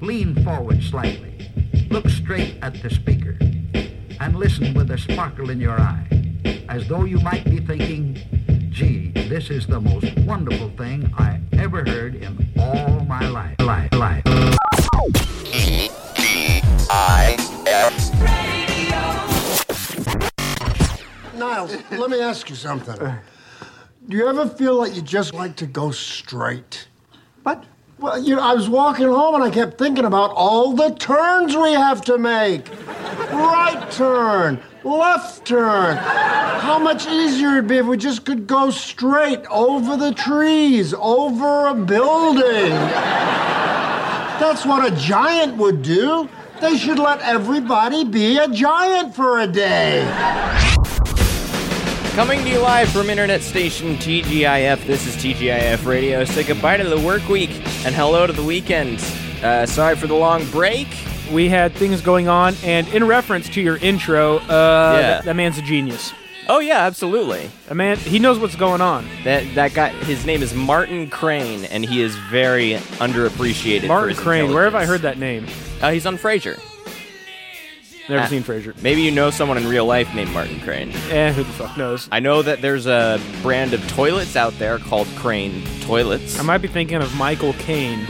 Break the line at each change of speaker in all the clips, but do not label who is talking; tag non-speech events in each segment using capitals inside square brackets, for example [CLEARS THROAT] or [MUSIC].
Lean forward slightly. Look straight at the speaker. And listen with a sparkle in your eye, as though you might be thinking, gee, this is the most wonderful thing I ever heard in all my life. Life, life.
E D I S.
Niles, let me ask you something. Do you ever feel like you just like to go straight?
What?
Well, you know, I was walking home and I kept thinking about all the turns we have to make. Right turn, left turn. How much easier it'd be if we just could go straight over the trees, over a building. That's what a giant would do. They should let everybody be a giant for a day.
Coming to you live from internet station TGIF, this is TGIF Radio. Say goodbye to the work week and hello to the weekend. Uh, sorry for the long break.
We had things going on, and in reference to your intro, uh, that, that man's a genius.
Oh yeah, absolutely.
A man, he knows what's going on.
That that guy, his name is Martin Crane, and he is very underappreciated. for
Martin
his
Crane, where have I heard
intelligence.
that name?
Uh, he's on Frasier.
Never
Ah.
seen Frasier.
Maybe you know someone in real life named Martin Crane.
Eh, who the fuck knows?
I know that there's a brand of toilets out there called Crane Toilets.
I might be thinking of Michael Caine,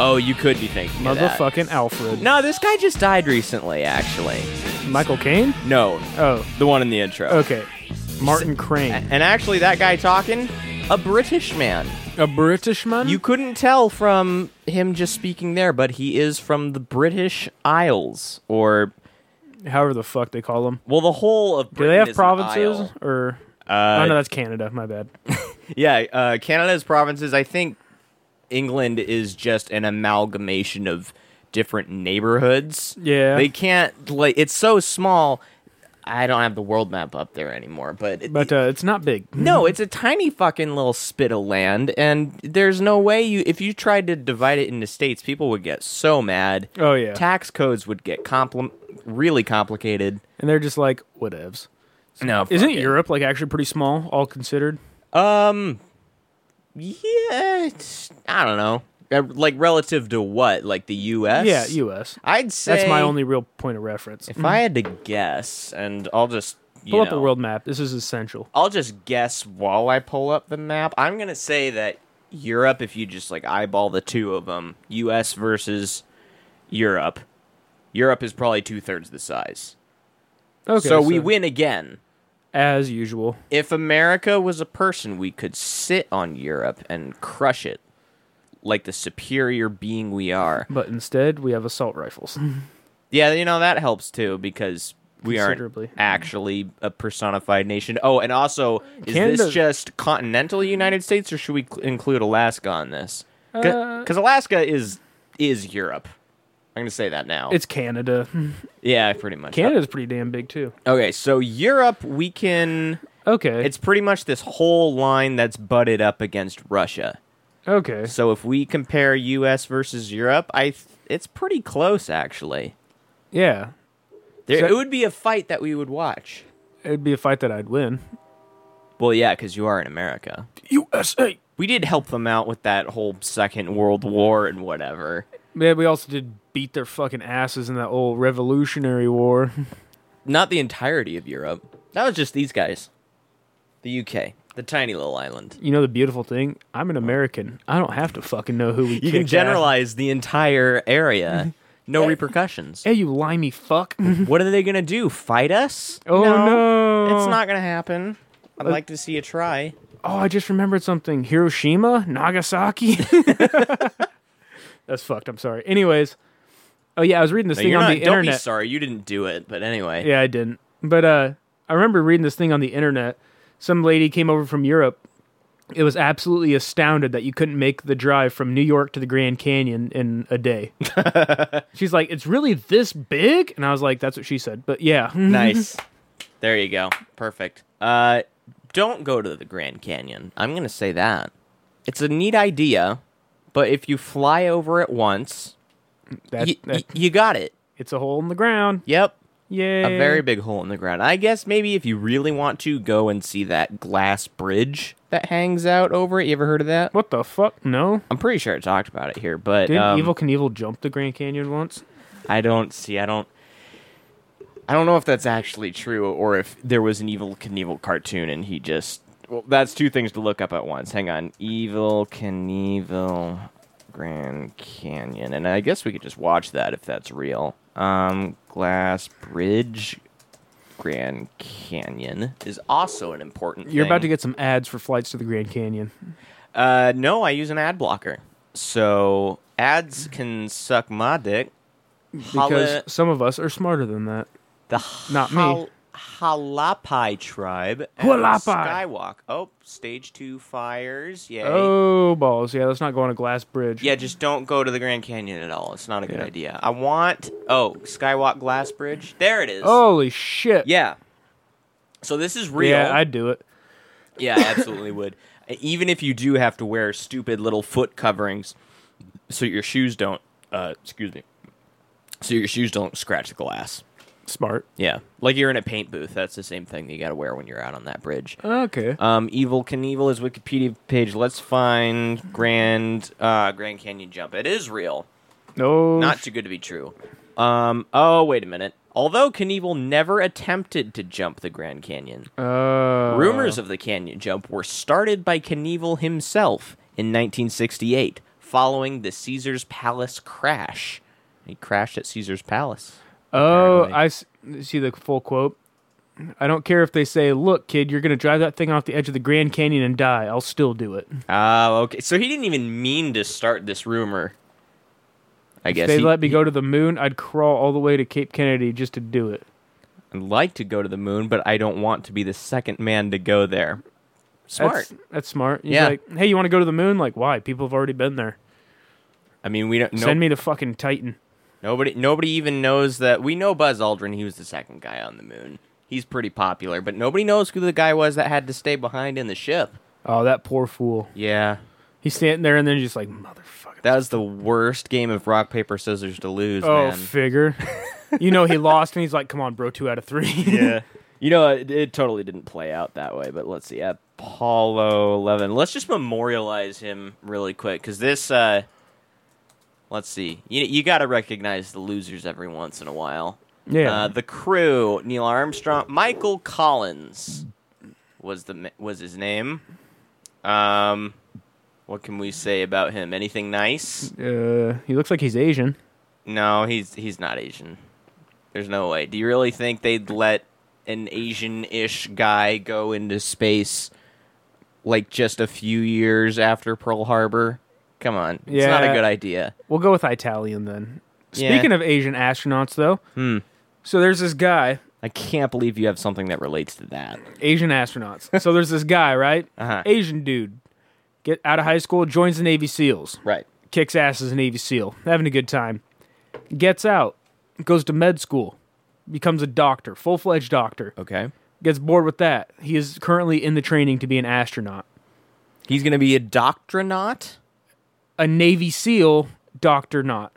oh, you could be thinking of that.
motherfucking Alfred.
No, this guy just died recently, actually.
Michael Caine?
No,
Oh,
the one in the intro.
okay. Martin Crane,
And actually, that guy talking, a British man.
a British man.
You couldn't tell from him just speaking there, but he is from the British Isles, or
however the fuck they call him.
well, the whole of.
Do
Britain
they have
is an
provinces
isle.
or?
Uh,
oh no, that's Canada. My bad.
Yeah, uh, Canada's provinces. I think England is just an amalgamation of different neighborhoods.
Yeah.
they can't like it's so small. I don't have the world map up there anymore, but it,
But uh, it's not big.
No, it's a tiny fucking little spit of land, and there's no way you if you tried to divide it into states, people would get so mad.
Oh, yeah.
tax codes would get compli really complicated.
And they're just like whatevs.
No, fuck
Isn't Europe like actually pretty small, all considered?
Um, yeah, it's, I don't know. Uh, Like relative to what? Like the U.S.
Yeah, U.S.
I'd say
That's my only real point of reference.
If I had to guess, and I'll just you
Pull up
know,
a world map. This is essential.
I'll just guess while I pull up the map. I'm gonna say that Europe, if you just like eyeball the two of them, U.S. versus Europe, Europe is probably two thirds the size.
Okay,
so we win again.
as usual.
If America was a person, we could sit on Europe and crush it, like the superior being we are.
But instead, we have
[LAUGHS]
assault rifles.
Yeah, you know that helps too because we aren't
Considerably.
actually a personified nation. Oh, and also, is
Canada-
this just continental United States, or should we cl- include Alaska on this?
Uh,
Because Alaska is is Europe. I'm gonna say that now.
It's Canada.
yeah, pretty much. Uh,
Canada's pretty damn big too.
Okay, so Europe, we can.
Okay.
It's pretty much this whole line that's butted up against Russia.
okay.
So if we compare U.S. versus Europe, I th- it's pretty close actually.
Yeah.
There,
So-
it would be a fight that we would watch.
It'd be a fight that I'd win.
Well, yeah, because you are in America.
USA.
We did help them out with that whole Second World War and whatever.
Yeah, we also did beat their fucking asses in that old Revolutionary War.
Not the entirety of Europe. That was just these guys. The UK, the tiny little island.
You know the beautiful thing? I'm an American. I don't have to fucking know who we
You can
kicked ass.
generalize the entire area. No repercussions.
Hey, you
[LAUGHS]
limey fuck.
What are they gonna do? Fight us?
Oh, no.
It's not gonna happen. I'd like to see a try.
Oh, I just remembered something. Hiroshima, Nagasaki. [LAUGHS] That's fucked. I'm sorry. Anyways, oh yeah, I was reading this
No,
thing
you're
on
not,
the
don't be
internet.
sorry, you didn't do it. But anyway,
yeah, I didn't. But uh, I remember reading this thing on the internet. Some lady came over from Europe. It was absolutely astounded that you couldn't make the drive from New York to the Grand Canyon in
[LAUGHS]
a day. She's like, "It's really this big," and I was like, "That's what she said." But yeah, [LAUGHS]
nice. There you go. Perfect. Uh, don't go to the Grand Canyon. I'm gonna say that. It's a neat idea, but if you fly over it once,
that,
y-
that-
y- you got it.
it's a hole in the ground.
Yep.
Yay.
a very big hole in the ground. I guess maybe if you really want to, go and see that glass bridge that hangs out over it. You ever heard of that?
What the fuck? No.
I'm pretty sure I talked about it here, but
Didn't
um,
Evil Knievel jump the Grand Canyon once?
I don't see. I don't. I don't know if that's actually true or if there was an Evil Knievel cartoon and he just. Well, that's two things to look up at once. Hang on, Evil Knievel Grand Canyon, and I guess we could just watch that if that's real. Um, Glass Bridge Grand Canyon is also an important.
You're about to
thing.
get some ads for flights to the Grand Canyon.
Uh, no, I use an ad blocker, so ads can suck my dick.
Because
Holla-
some of us are smarter than that.
The
Not me.
Hal- Halapai tribe. and
Hualapai.
Skywalk. Oh, stage two fires. Yay.
Oh, balls. Yeah, let's not go on a glass bridge.
Yeah, just don't go to the Grand Canyon at all. It's not a good
Yeah.
idea. I want. Oh, Skywalk Glass Bridge. There it is.
Holy shit.
Yeah. So this is real.
Yeah, I'd do it.
Yeah, I absolutely
[LAUGHS]
would. Even if you do have to wear stupid little foot coverings, so your shoes don't. Uh, excuse me. So your shoes don't scratch the glass.
Smart.
Yeah, like you're in a paint booth. That's the same thing that you got to wear when you're out on that bridge.
Okay.
Um, Evil Knievel is Wikipedia page. Let's find Grand uh, Grand Canyon jump. It is real.
No.
Not too good to be true. Um, oh wait a minute. Although Knievel never attempted to jump the Grand Canyon,
uh,
rumors of the canyon jump were started by Knievel himself in 1968, following the Caesar's Palace crash. He crashed at Caesar's Palace.
Oh,
apparently.
I s- see the full quote. I don't care if they say, "Look, kid, you're going to drive that thing off the edge of the Grand Canyon and die." I'll still do it.
Oh, okay. So he didn't even mean to start this rumor. I guess
if they
he-
let me go to the moon, I'd crawl all the way to Cape Kennedy just to do it.
I'd like to go to the moon, but I don't want to be the second man to go there. Smart.
That's, that's smart. He's
Yeah.
Like, hey, you want to go to the moon? Like, why? People have already been there.
I mean, we don't. No,
Send me to fucking Titan.
nobody. Nobody even knows that we know Buzz Aldrin. He was the second guy on the moon. He's pretty popular, but nobody knows who the guy was that had to stay behind in the ship.
Oh, that poor fool.
Yeah,
He's standing there and then just like, motherfucker.
that was the worst game of rock paper scissors to lose.
oh,
man.
figure. [LAUGHS] you know he lost, and he's like, "Come on, bro, two out of three.
yeah. [LAUGHS] You know, it, it totally didn't play out that way, but let's see. Apollo 11. Let's just memorialize him really quick because this, uh, let's see. You, you got to recognize the losers every once in a while.
[LAUGHS] yeah.
Uh, the crew, Neil Armstrong, Michael Collins was the ma- was his name. Um, what can we say about him? Anything nice?
Uh, he looks like he's Asian.
No, he's he's not Asian. There's no way. Do you really think they'd let an Asian-ish guy go into space like just a few years after Pearl Harbor? Come on. It's not a
Yeah.
good idea.
We'll go with Italian then.
Yeah. Hmm.
Speaking of Asian astronauts, though, so there's this guy,
I can't believe you have something that relates to that.
Asian astronauts. so there's this guy, right?
[LAUGHS] Uh-huh.
Asian dude, get out of high school, joins the Navy SEALs,
Right.
kicks ass as a Navy SEAL, having a good time, gets out, goes to med school, becomes a doctor, full fledged doctor,
Okay.
gets bored with that. He is currently in the training to be an astronaut,
He's going to be a doctronaut,
a Navy SEAL, doctor not.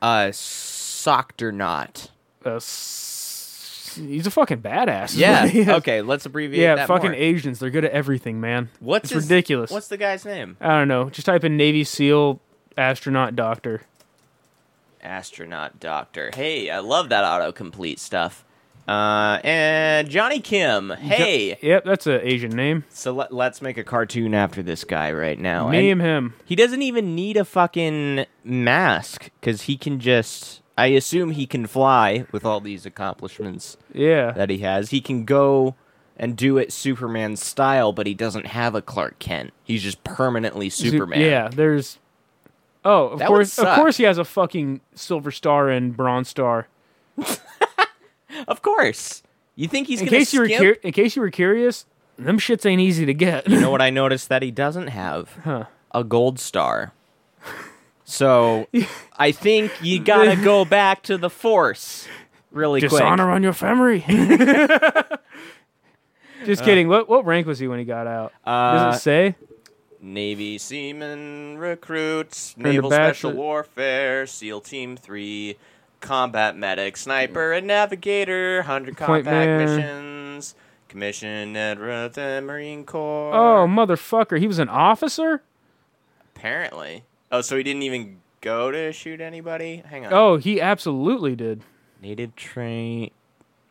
a
[LAUGHS]
soctornaut.
A s- he's a fucking badass. is [LAUGHS]
Yeah.
what he is.
okay, let's abbreviate
Yeah,
that
fucking
more.
Asians. They're good at everything, man.
What's
it's
his-
ridiculous.
What's the guy's name?
I don't know. Just type in Navy SEAL astronaut doctor.
astronaut doctor. Hey, I love that autocomplete stuff. Uh, and Johnny Kim. Hey,
Yep, that's an Asian name.
so let, let's make a cartoon after this guy right now.
Name
Oh, And
him.
he doesn't even need a fucking mask because he can just. I assume he can fly with all these accomplishments
Yeah.
that he has. He can go and do it Superman style, but he doesn't have a Clark Kent. He's just permanently
Zo-
Superman.
Yeah, there's. Oh, of
That would
course. Of
suck.
course, he has a fucking silver star and bronze star.
of course. You think he's
In
gonna
case you were
skip?
cur- in case you were curious, them shits ain't easy to get. [LAUGHS]
You know what I noticed that he doesn't have? A gold star. So I think you gotta go back to the force really
Dishonor
quick.
on your family. [LAUGHS] Just
Uh.
kidding. What what rank was he when he got out? Does it say?
Navy seaman recruits,
a
naval
batch
special
of-
warfare, SEAL Team Three, combat medic, sniper, and navigator, 100
Point
combat
man.
missions, commissioned at Ro- the Marine Corps.
Oh, motherfucker. He was an officer?
apparently. Oh, so he didn't even go to shoot anybody? Hang on.
Oh, he absolutely did.
Native train,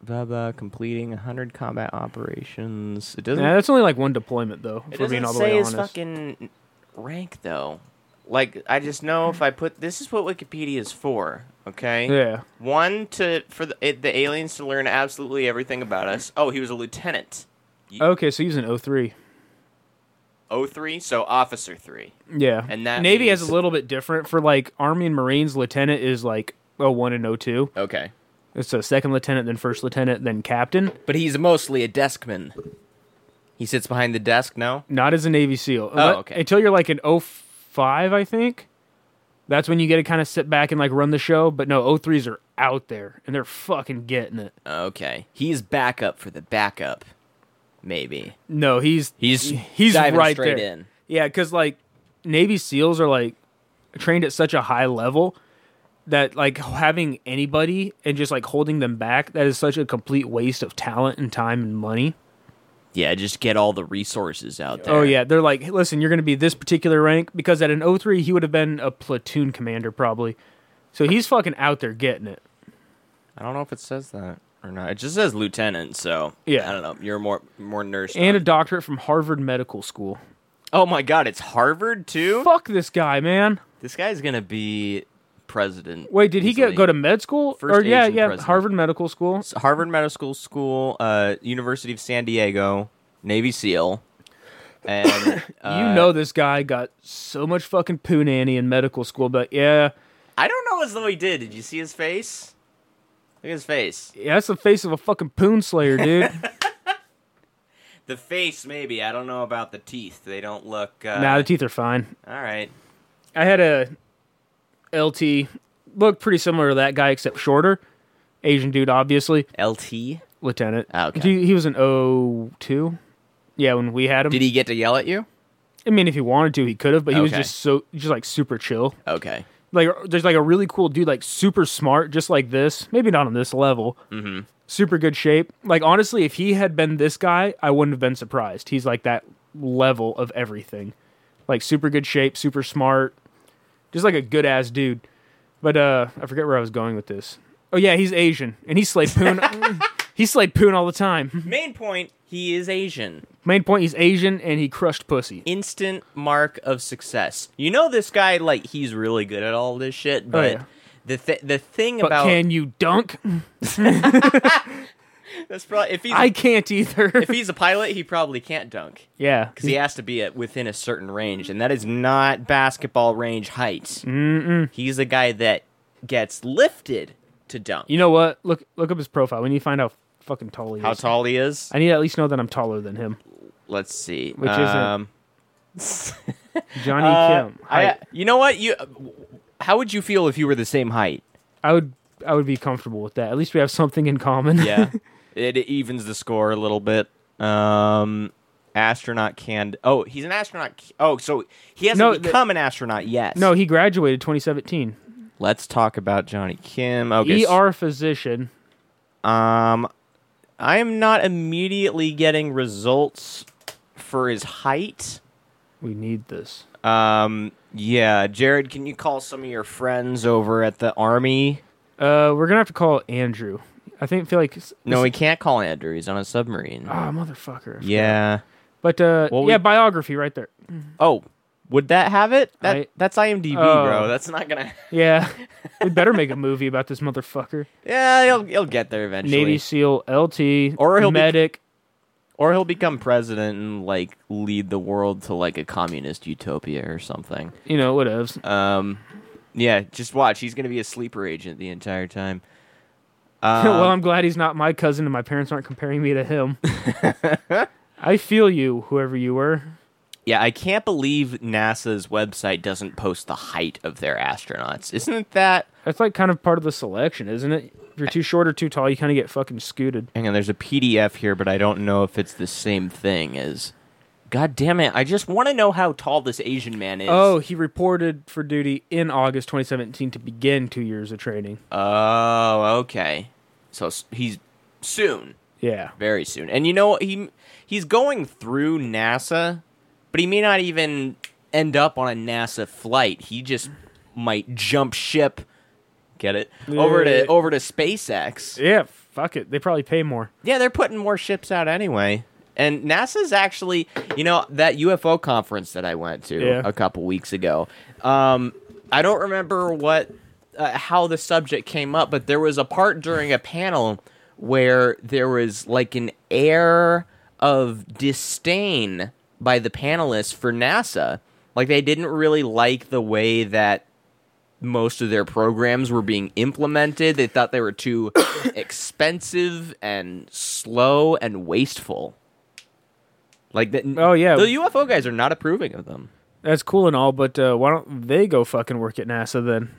blah, blah, completing 100 combat operations. It doesn't,
Yeah, that's only like one deployment, though,
it
if we're
doesn't
being all the
say
way
his
honest.
fucking rank, though. Like, I just know if I put this is what Wikipedia is for, okay?
Yeah.
One to for the, it, the aliens to learn absolutely everything about us. Oh, he was a lieutenant.
Okay, so he was oh an 03.
03, Oh, so officer 3.
Yeah.
And that
Navy
means-
is a little bit different for like Army and Marines. Lieutenant is like 01 and 02.
Okay.
It's a second lieutenant, then first lieutenant, then captain.
But he's mostly a deskman. He sits behind the desk, no?
Not as a Navy SEAL.
Oh,
Let-
okay.
Until you're like an 05, I think. That's when you get to kind of sit back and like run the show. But no, 03s are out there and they're fucking getting it.
Okay. He's backup for the backup, maybe.
No, he's
He's
he's
diving
right
straight
there.
in.
Yeah, because like Navy SEALs are like trained at such a high level that like having anybody and just like holding them back that is such a complete waste of talent and time and money.
Yeah, just get all the resources out there.
Oh yeah, they're like, hey, listen, you're going to be this particular rank because at an 03 he would have been a platoon commander probably. So he's fucking out there getting it.
I don't know if it says that or not. It just says lieutenant, so
Yeah.
I don't know. You're more more nurse.
And a doctorate from Harvard Medical School.
oh my god, it's Harvard too.
Fuck this guy, man.
This guy's gonna be president.
Wait, did he
easily.
get go to med school?
First
or yeah,
Asian
yeah,
president.
Harvard Medical School.
It's Harvard Medical School, uh, University of San Diego, Navy SEAL, and uh,
[COUGHS] you know this guy got so much fucking poo nanny in medical school, but yeah,
I don't know as though he did. Did you see his face? Look at his face.
yeah that's the face of a fucking poon slayer,
[LAUGHS]
dude.
The face, maybe. I don't know about the teeth. They don't look. Uh,
nah, the teeth are fine.
all right.
I had a LT looked pretty similar to that guy except shorter. Asian dude, obviously.
LT.
Lieutenant.
Ah, okay.
He, he was an 02. Yeah, when we had him.
Did he get to yell at you?
I mean, if he wanted to, he could have, but he was
Okay.
just so, just like super chill.
Okay.
like there's like a really cool dude like super smart just like this maybe not on this level mm-hmm. super good shape like honestly if he had been this guy i wouldn't have been surprised he's like that level of everything like super good shape super smart just like a good ass dude but uh i forget where i was going with this oh yeah he's asian and he
[LAUGHS]
slayed poon he slayed poon all the time [LAUGHS]
Main point. He is Asian.
main point he's asian and he crushed pussy
Instant mark of success. You know this guy like he's really good at all this shit, but
Oh, yeah.
the th- the thing
but
about
can you
[LAUGHS]
dunk
that's probably if he's
i can't either
if he's a pilot, he probably can't dunk.
[LAUGHS] yeah
because he has to be at within a certain range, and that is not basketball range height. Mm-mm. He's a guy that gets lifted to dunk.
You know what? Look look up his profile. We need to find out fucking tall he
how
is.
tall he is?
I need to at least know that I'm taller than him.
Let's see.
Which isn't-
um,
Johnny Kim. I,
Uh, I, you know what? You, how would you feel if you were the same height?
I would I would be comfortable with that. At least we have something in common.
Yeah, it, it evens the score a little bit. Um, astronaut can. Oh, he's an astronaut. c- Oh, so he hasn't
No, the-
become an astronaut yet.
[LAUGHS] no, he graduated 2017.
Let's talk about Johnny Kim. Okay. so-
ER physician.
Um, I am not immediately getting results for his height.
We need this.
Um, yeah, Jared, can you call some of your friends over at the army?
Uh, we're gonna have to call Andrew. I think feel like
No, we can't call Andrew. He's on a submarine.
ah motherfucker.
yeah.
But uh,
Well, we-
yeah, biography right there.
Oh, would that have it? That
I-
that's IMDb,
Oh.
bro. That's not gonna.
Yeah, [LAUGHS] we better make a movie about this motherfucker.
Yeah, he'll he'll get there eventually.
Navy SEAL, LT,
Or he'll be-
medic.
Or he'll become president and like lead the world to like a communist utopia or something.
You know, whatevs.
Um, yeah, just watch. He's gonna be a sleeper agent the entire time.
[LAUGHS] well, I'm glad he's not my cousin and my parents aren't comparing me to him. I feel you, whoever you were.
Yeah, I can't believe NASA's website doesn't post the height of their astronauts. Isn't that?
That's like kind of part of the selection, isn't it? If you're too short or too tall, you kind of get fucking scooted.
Hang on, there's a PDF here, but I don't know if it's the same thing as God damn it! I just want to know how tall this Asian man is.
Oh, he reported for duty in August 2017 to begin two years of training.
Oh, okay. So s- he's soon,
Yeah.
very soon. And you know he he's going through NASA, but he may not even end up on a NASA flight. He just might jump ship. Get it over to
Yeah.
over to SpaceX.
Yeah, fuck it. They probably pay more.
Yeah, they're putting more ships out anyway. And NASA's actually, you know, that UFO conference that I went to
Yeah.
a couple weeks ago. Um, I don't remember what uh, how the subject came up, but there was a part during a panel where there was like an air of disdain by the panelists for NASA. Like they didn't really like the way that most of their programs were being implemented. They thought they were too [COUGHS] expensive and slow and wasteful. Like that.
Oh, yeah.
the UFO guys are not approving of them
That's cool and all, but uh, why don't they go fucking work at NASA then?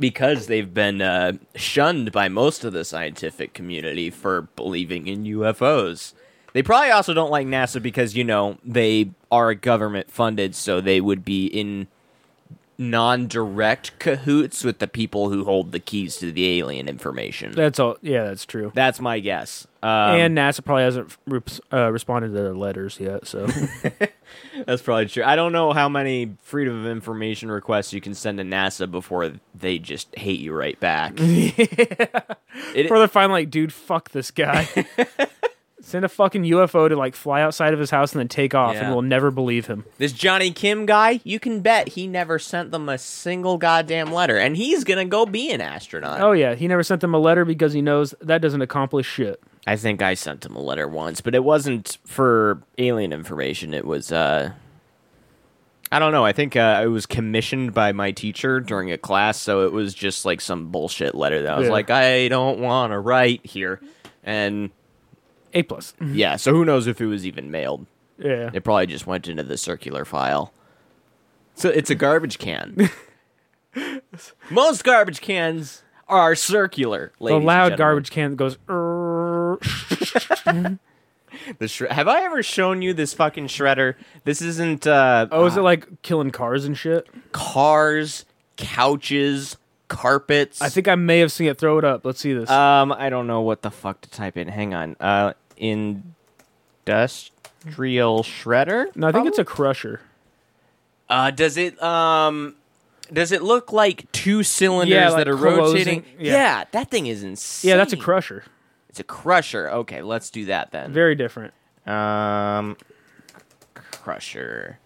because they've been uh, shunned by most of the scientific community for believing in UFOs. They probably also don't like NASA because you know they are government funded, so they would be in non-direct cahoots with the people who hold the keys to the alien information.
That's all. Yeah, that's true.
That's my guess. Um,
and NASA probably hasn't re- uh, responded to their letters yet. So
that's probably true. I don't know how many Freedom of Information requests you can send to NASA before they just hate you right
[LAUGHS]
back. It-
or they're finally like, dude, fuck this [LAUGHS] guy. Send a fucking UFO to like fly outside of his house and then take off,
Yeah.
and we'll never believe him.
this Johnny Kim guy, you can bet he never sent them a single goddamn letter, and he's gonna go be an astronaut.
Oh yeah, he never sent them a letter because he knows that doesn't accomplish shit.
I think I sent him a letter once, but it wasn't for alien information. It was, uh, I don't know. I think uh, it was commissioned by my teacher during a class, so it was just like some bullshit letter that I was
Yeah.
like, I don't want to write here. And
A [LAUGHS] plus.
yeah, so who knows if it was even mailed?
Yeah.
It probably just went into the circular file. So it's a garbage
[LAUGHS]
can. Most garbage cans are circular.
The
Ladies
loud
and gentlemen.
garbage can that goes. "Err."
The shre- have I ever shown you this fucking shredder? This isn't uh
Oh, is it like killing cars and shit?
cars, couches, carpets.
I think I may have seen it. Throw it up. Let's see this.
um I don't know what the fuck to type in. Hang on. Uh industrial shredder?
no, I think it's a crusher.
Uh does it um does it look like two cylinders
Yeah, like
that are
closing-
rotating?
yeah.
that thing is insane.
Yeah, that's a crusher.
It's a crusher. Okay, let's do that then.
Very different.
Um, Crusher.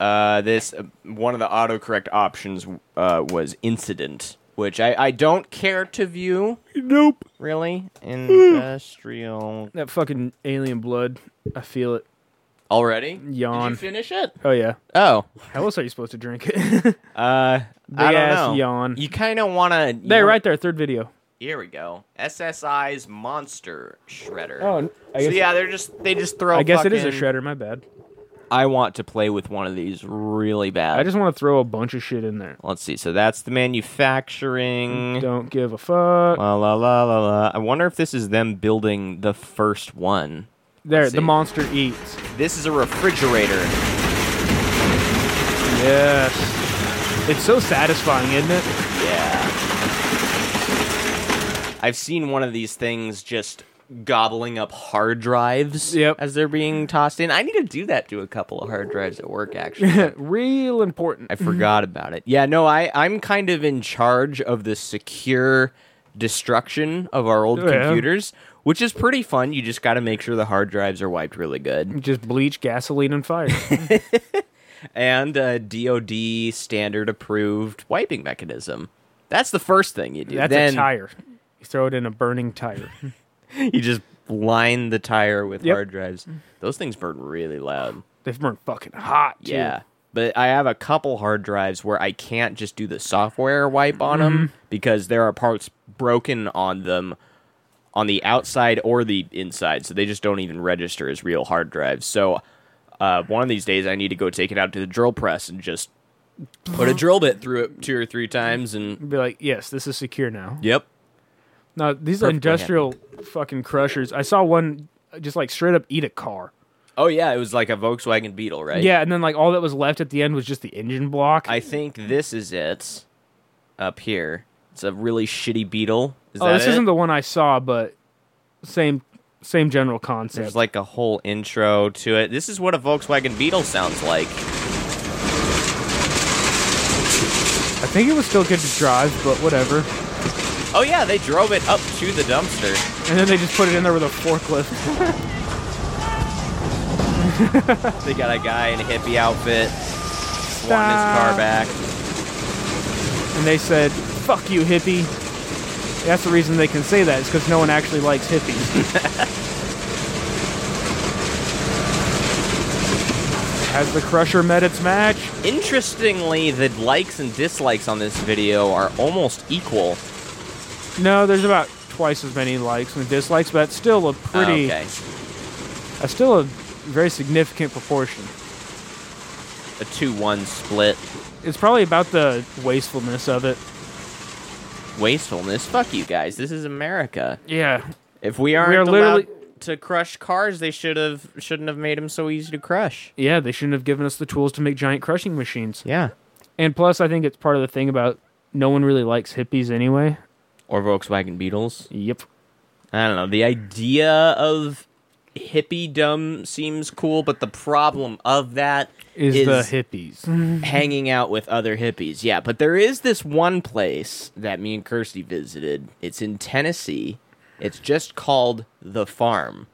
Uh, this uh, one of the autocorrect options uh, was incident, which I, I don't care to view.
Nope.
Really,
Hmm.
industrial.
That fucking alien blood. I feel it.
Already? Did
Yawn.
you finish it?
Oh yeah.
Oh,
How else are you supposed to drink it? [LAUGHS]
uh, I
Big
don't
ass
know.
yawn.
You kind of want to.
there, right there. Third video.
Here we go. SSI's monster shredder.
Oh, I
so
guess,
yeah, they're just they just throw.
I guess it is a
fucking-
shredder. My bad.
I want to play with one of these really bad.
I just want to throw a bunch of shit in there.
Let's see. So that's the manufacturing.
Mm, Don't give a fuck.
La la la la la. I wonder if this is them building the first one.
There,
let's
the
see.
monster eats.
This is a refrigerator.
Yes. It's so satisfying, isn't it?
Yeah. I've seen one of these things just gobbling up hard drives
Yep.
as they're being tossed in. I need to do that to a couple of hard drives at work actually.
Real important.
I forgot about it. Yeah, no, I I'm kind of in charge of the secure destruction of our old
Oh, yeah.
computers, which is pretty fun. You just got to make sure the hard drives are wiped really good.
Just bleach, gasoline, and [LAUGHS] fire.
And uh, a DoD standard approved wiping mechanism. That's the first thing you do.
That's
then
a tire. You throw it in a burning [LAUGHS] tire.
you just line the tire with
Yep. Mm.
hard drives. Those things burn really loud.
They've burned fucking hot, too.
Yeah. But I have a couple hard drives where I can't just do the software wipe on
Mm-hmm.
them because there are parts broken on them on the outside or the inside. So they just don't even register as real hard drives. So uh, one of these days I need to go take it out to the drill press and just put a drill bit through it two or three times and
Be like, yes, this is secure now.
yep.
Now, these
Perfectly
uh, industrial fucking crushers, I saw one just like straight up eat a car.
Oh yeah, it was like a Volkswagen Beetle, right?
Yeah, and then like all that was left at the end was just the engine block.
I think this is it. Up here, it's a really shitty Beetle. Is
oh,
that
this
is
is isn't the one I saw, but same same general concept.
There's like a whole intro to it. This is what a Volkswagen Beetle sounds like.
I think it was still good to drive, but whatever.
Oh yeah, they drove it up to the dumpster.
And then they just put it in there with a
[LAUGHS]
forklift.
They got a guy in a hippie outfit wanting his car
Stop.
back.
And they said, fuck you, hippie. That's the reason they can say that, is because no one actually likes
[LAUGHS]
hippies. Has the crusher met its match?
Interestingly, the likes and dislikes on this video are almost equal.
No, there's about twice as many likes and dislikes, but it's still a pretty,
Oh, Ah, Okay.
uh, still a very significant proportion.
A 2 1 split.
It's probably about the wastefulness of it.
Wastefulness. Fuck you guys. This is America.
Yeah,
If we aren't allowed
literally-
to crush cars, they should have shouldn't have made them so easy to crush.
yeah, they shouldn't have given us the tools to make giant crushing machines.
Yeah.
And plus, I think it's part of the thing about no one really likes hippies anyway.
Or Volkswagen Beetles.
Yep.
I don't know. The idea of hippie dumb seems cool, but the problem of that
Is,
is
the hippies.
hanging out with other hippies. Yeah, but there is this one place that me and Kirsty visited. It's in Tennessee. It's just called The Farm.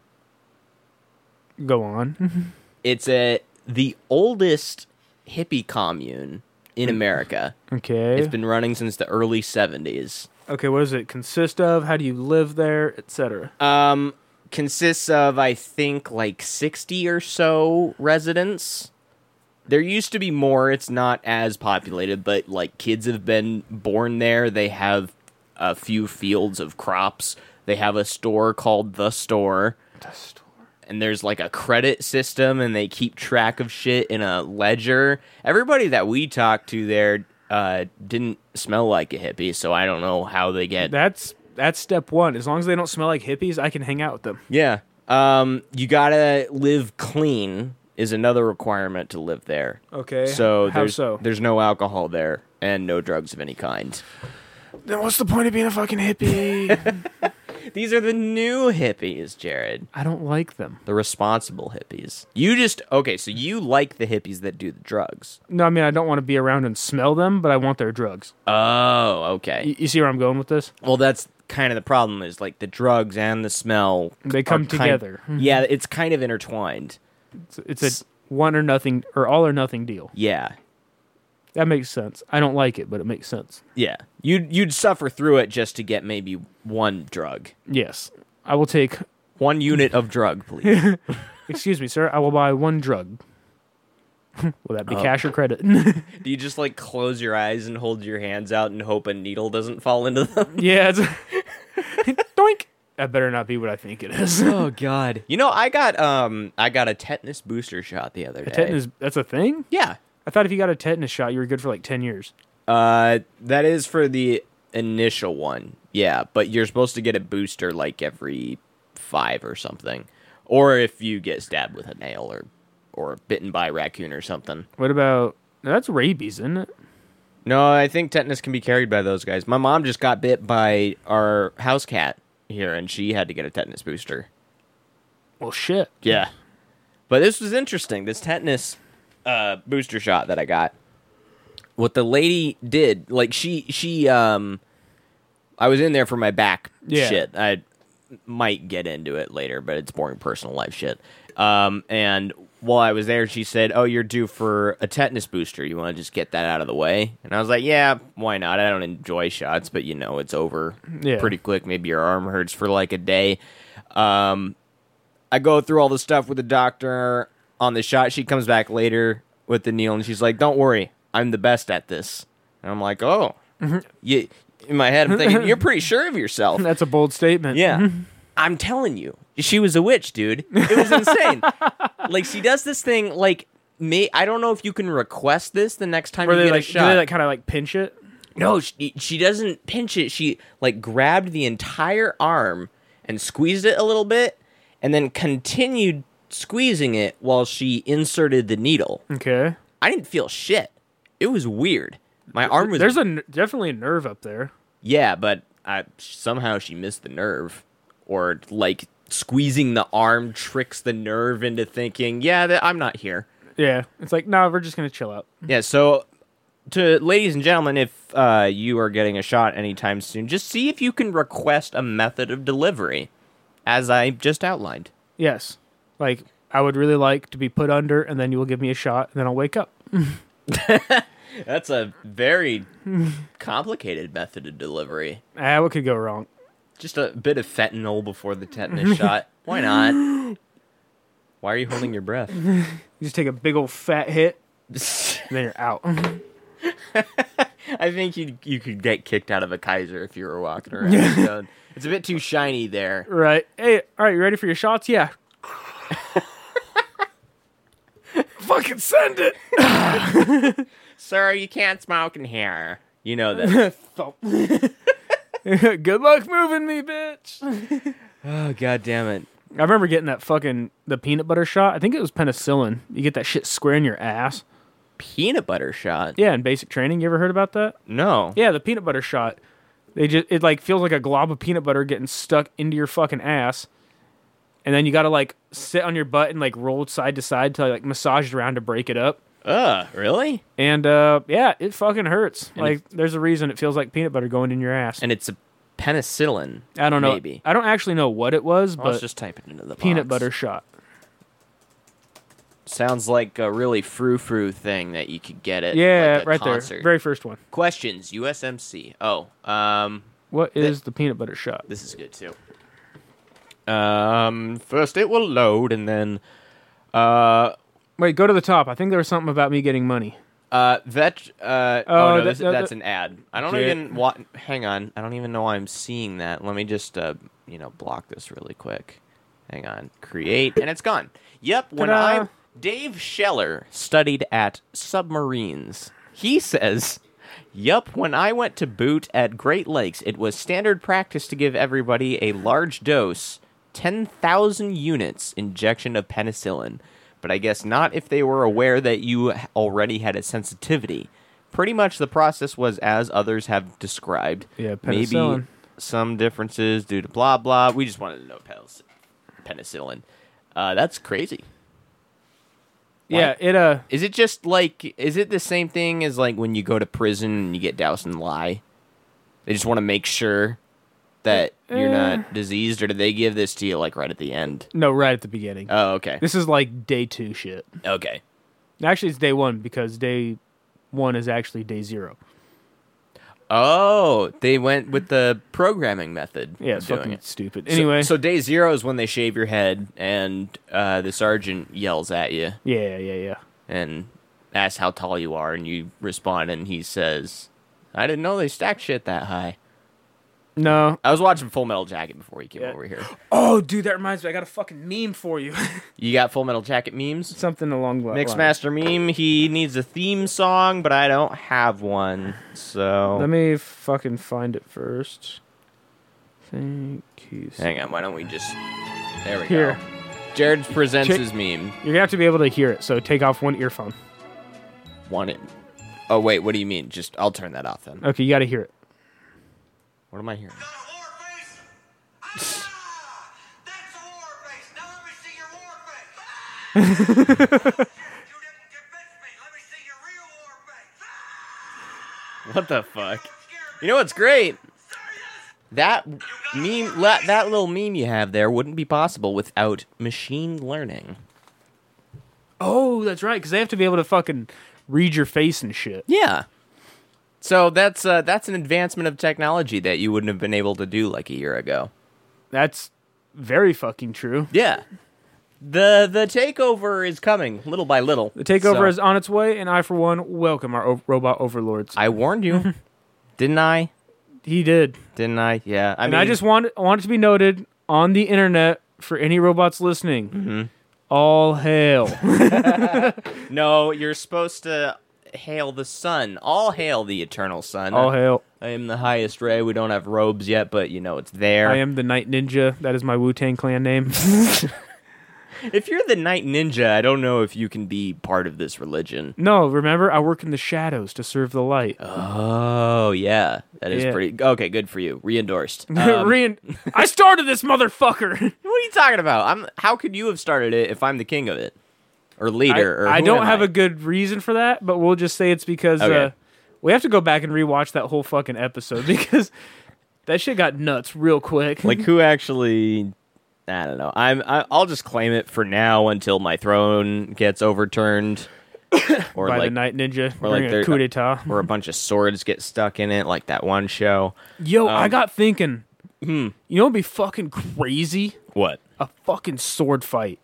Go [LAUGHS] on.
It's a the oldest hippie commune in America.
Mm. Okay.
It's been running since the early 70s.
okay, what does it consist of? How do you live there, etc.?
Um consists of I think like 60 or so residents. There used to be more. It's not as populated, but like kids have been born there. They have a few fields of crops. They have a store called The Store. And there's like a credit system and they keep track of shit in a ledger. Everybody that we talked to there uh, didn't smell like a hippie, so I don't know how they get
That's that's step one. As long as they don't smell like hippies, I can hang out with them.
Yeah. Um, you gotta live clean is another requirement to live there.
Okay.
So
how
there's
so?
there's no alcohol there and no drugs of any kind.
Then what's the point of being a fucking [LAUGHS] hippie?
These are the new hippies, Jared.
I don't like them.
The responsible hippies. You just okay. So you like the hippies that do the drugs.
No, I mean I don't want to be around and smell them, but I want their drugs.
Oh, okay.
You, you see where I'm going with this?
Well, that's kind of the problem. Is like the drugs and the smell.
They
are
come
kind-
together.
[LAUGHS] yeah, it's kind of intertwined.
It's, it's a one or nothing or all or nothing deal.
Yeah.
That makes sense. I don't like it, but it makes sense.
Yeah. You'd you'd suffer through it just to get maybe one drug.
Yes, I will take.
One unit of drug, please.
Excuse me, sir. I will buy one drug. [LAUGHS] will that be
Oh.
cash or credit? [LAUGHS]
Do you just like close your eyes and hold your hands out and hope a needle doesn't fall into
[LAUGHS]
them?
Yeah. It's Doink. That better not be what I think it is.
Oh god. You know, I got um I got a tetanus booster shot the other day.
Tetanus, that's a thing?
Yeah.
I thought if you got a tetanus shot, you were good for like 10 years.
Uh that is for the initial one. Yeah, but you're supposed to get a booster like every 5 or something. Or if you get stabbed with a nail or or bitten by a raccoon or something.
What about. no, that's rabies, isn't it? [LAUGHS]
No, I think tetanus can be carried by those guys. My mom just got bit by our house cat here, and she had to get a tetanus booster.
Well, shit.
Yeah, but this was interesting. This tetanus uh, booster shot that I got. What the lady did, like she she um, I was in there for my back
Yeah.
shit. I might get into it later, but it's boring personal life shit. Um, and while I was there, she said, "Oh, you're due for a tetanus booster. You want to just get that out of the way?" And I was like, "Yeah, why not? I don't enjoy shots, but you know, it's over
Yeah.
pretty quick. Maybe your arm hurts for like a day." Um, I go through all the stuff with the doctor on the shot. She comes back later with the needle, and she's like, "Don't worry, I'm the best at this." And I'm like, "Oh, you." In my head, I'm thinking, "You're pretty sure of
[LAUGHS]
yourself."
That's a bold statement.
Yeah. I'm telling you, she was a witch, dude. It was
[LAUGHS]
insane. like she does this thing, like me. I don't know if you can request this the next time
Where
you
they
get
like,
a
do
shot.
they like kind of like pinch it?
no, she, she doesn't pinch it. She like grabbed the entire arm and squeezed it a little bit, and then continued squeezing it while she inserted the needle.
Okay.
I didn't feel shit. It was weird. My arm was
There's a n- definitely a nerve up there.
yeah, but I, somehow she missed the nerve, or like squeezing the arm tricks the nerve into thinking, yeah, th- I'm not here.
Yeah. It's like, nah, we're just gonna chill out.
Yeah, so to ladies and gentlemen, if uh, you are getting a shot anytime soon, just see if you can request a method of delivery, as I just outlined.
Yes. Like I would really like to be put under, and then you will give me a shot, and then I'll wake up.
That's a very complicated method of delivery.
Ah, what could go wrong?
Just a bit of fentanyl before the tetanus shot. Why not? Why are you holding your breath? [LAUGHS]
You just take a big old fat hit, and then you're out.
I think you you could get kicked out of a Kaiser if you were walking
[LAUGHS]
around. the zone. It's a bit too shiny there.
right. Hey, all right, you ready for your shots? Yeah. [LAUGHS] Fucking send it. [LAUGHS]
Sir, you can't smoke in here. You know
[LAUGHS]
that.
Good luck moving me, bitch.
oh god damn it.
I remember getting that fucking the peanut butter shot. I think it was penicillin. You get that shit square in your ass.
Peanut butter shot.
Yeah, in basic training, you ever heard about that?
No.
Yeah, the peanut butter shot. They just it like feels like a glob of peanut butter getting stuck into your fucking ass. And then you gotta like sit on your butt and like roll it side to side till like massage it around to break it up.
Ugh, really?
And uh yeah, it fucking hurts. like there's a reason it feels like peanut butter going in your ass.
And it's a penicillin.
I don't know.
Maybe.
I don't actually know what it was,
Let's
but
just type it into the
peanut
box.
butter shot.
Sounds like a really frou frou thing that you could get at
Yeah,
like, a
right there.
concert.
Very first one.
Questions USMC. Oh, um,
What is the peanut butter shot?
This is good too. Um, first it will load, and then, uh,
Wait, go to the top. I think there was something about me getting money.
uh, that, uh, oh, no,
that-
this,
no,
that's
that-
an ad. I don't
Yeah.
even want. Hang on, I don't even know why I'm seeing that. Let me just, uh, you know, block this really quick. Hang on, create, and it's gone. Yep, when
Ta-da.
I Dave Scheller studied at submarines, he says. Yup, when I went to boot at Great Lakes, it was standard practice to give everybody a large dose, 10,000 units injection of penicillin. But I guess not if they were aware that you h- already had a sensitivity. Pretty much the process was as others have described.
Yeah,
Maybe
penicillin.
some differences due to blah blah. We just wanted to know penic- penicillin. Uh, that's crazy.
Yeah, it uh
Is it just like is it the same thing as like when you go to prison and you get doused in lye? They just want to make sure that you're
Uh.
not diseased, or do they give this to you like right at the end?
[LAUGHS] no, right at the beginning.
Oh, okay,
this is like day 2 shit.
okay.
Actually, it's day 1 because day 1 is actually day 0.
Oh, they went with the programming method.
Yeah,
of
it's
doing
fucking
it.
stupid.
So-
Anyway,
so, day zero is when they shave your head, and uh, the sergeant yells at you
yeah, yeah, yeah.
and asks how tall you are, and you respond, and he says, "I didn't know they stacked shit that high."
No.
I was watching Full Metal Jacket before you came
Yeah.
over here.
Oh, dude, that reminds me. I got a fucking meme for you. [LAUGHS]
You got Full Metal Jacket memes?
Something along the
Mixmaster meme. He needs a theme song, but I don't have one. So
Let me fucking find it first. Thank you. so-
hang on. Why don't we just? There we
Here.
go. Jared presents
Check-
his meme.
You're gonna have to be able to hear it, so take off one earphone.
Want it? Oh wait, what do you mean? Just I'll turn that off then.
Okay, you gotta hear it.
What am I hearing?
Not a war face. Ah, that's a war face. Now let me see your war face. Ah! you didn't convince me. Let me see your real war face. Ah!
[LAUGHS] What the fuck?
Scared me.
You know what's great?
Serious?
That meme, la- that little meme you have there, wouldn't be possible without machine learning.
Oh, that's right, because they have to be able to fucking read your face and shit.
Yeah. So that's uh, that's an advancement of technology that you wouldn't have been able to do like a year ago.
That's very fucking true.
Yeah. The the takeover is coming little by little.
The takeover is on its way, and I, for one, welcome our o- robot overlords.
I warned
[LAUGHS]
you, didn't I?
he did,
Didn't I? Yeah. I
and
mean,
I just want I want it to be noted on the internet for any robots listening.
Mm-hmm. [LAUGHS]
All hail!
no. You're supposed to hail the sun. All hail the eternal sun.
All hail!
I am the highest ray. We don't have robes yet, but you know it's there. [LAUGHS]
I am the Night Ninja. That is my Wu Tang Clan name.
If you're the night ninja, I don't know if you can be part of this religion.
No, remember, I work in the shadows to serve the light.
Uh,
[LAUGHS]
Oh yeah, that is
Yeah.
pretty okay. Good for you.
[LAUGHS]
Re-endorsed. Um,
Rian, I started this
[LAUGHS]
motherfucker.
what are you talking about? I'm. How could you have started it if I'm the king of it or
I,
leader? or
I
who
don't
am
have
I?
a good reason for that, but we'll just say it's because
Okay.
uh, we have to go back and rewatch that whole fucking episode [LAUGHS] because that shit got nuts real quick.
like who actually. I don't know. I'm. I, I'll just claim it for now until my throne gets
[COUGHS]
overturned, or
by
like
the Night Ninja,
or
or
like
like
they're-
a coup d'état.
[LAUGHS] or a bunch of swords get stuck in it, like that one show.
Yo,
Um,
I got thinking.
hmm.
You know, what'd be fucking crazy.
What?
a fucking
[LAUGHS]
sword fight.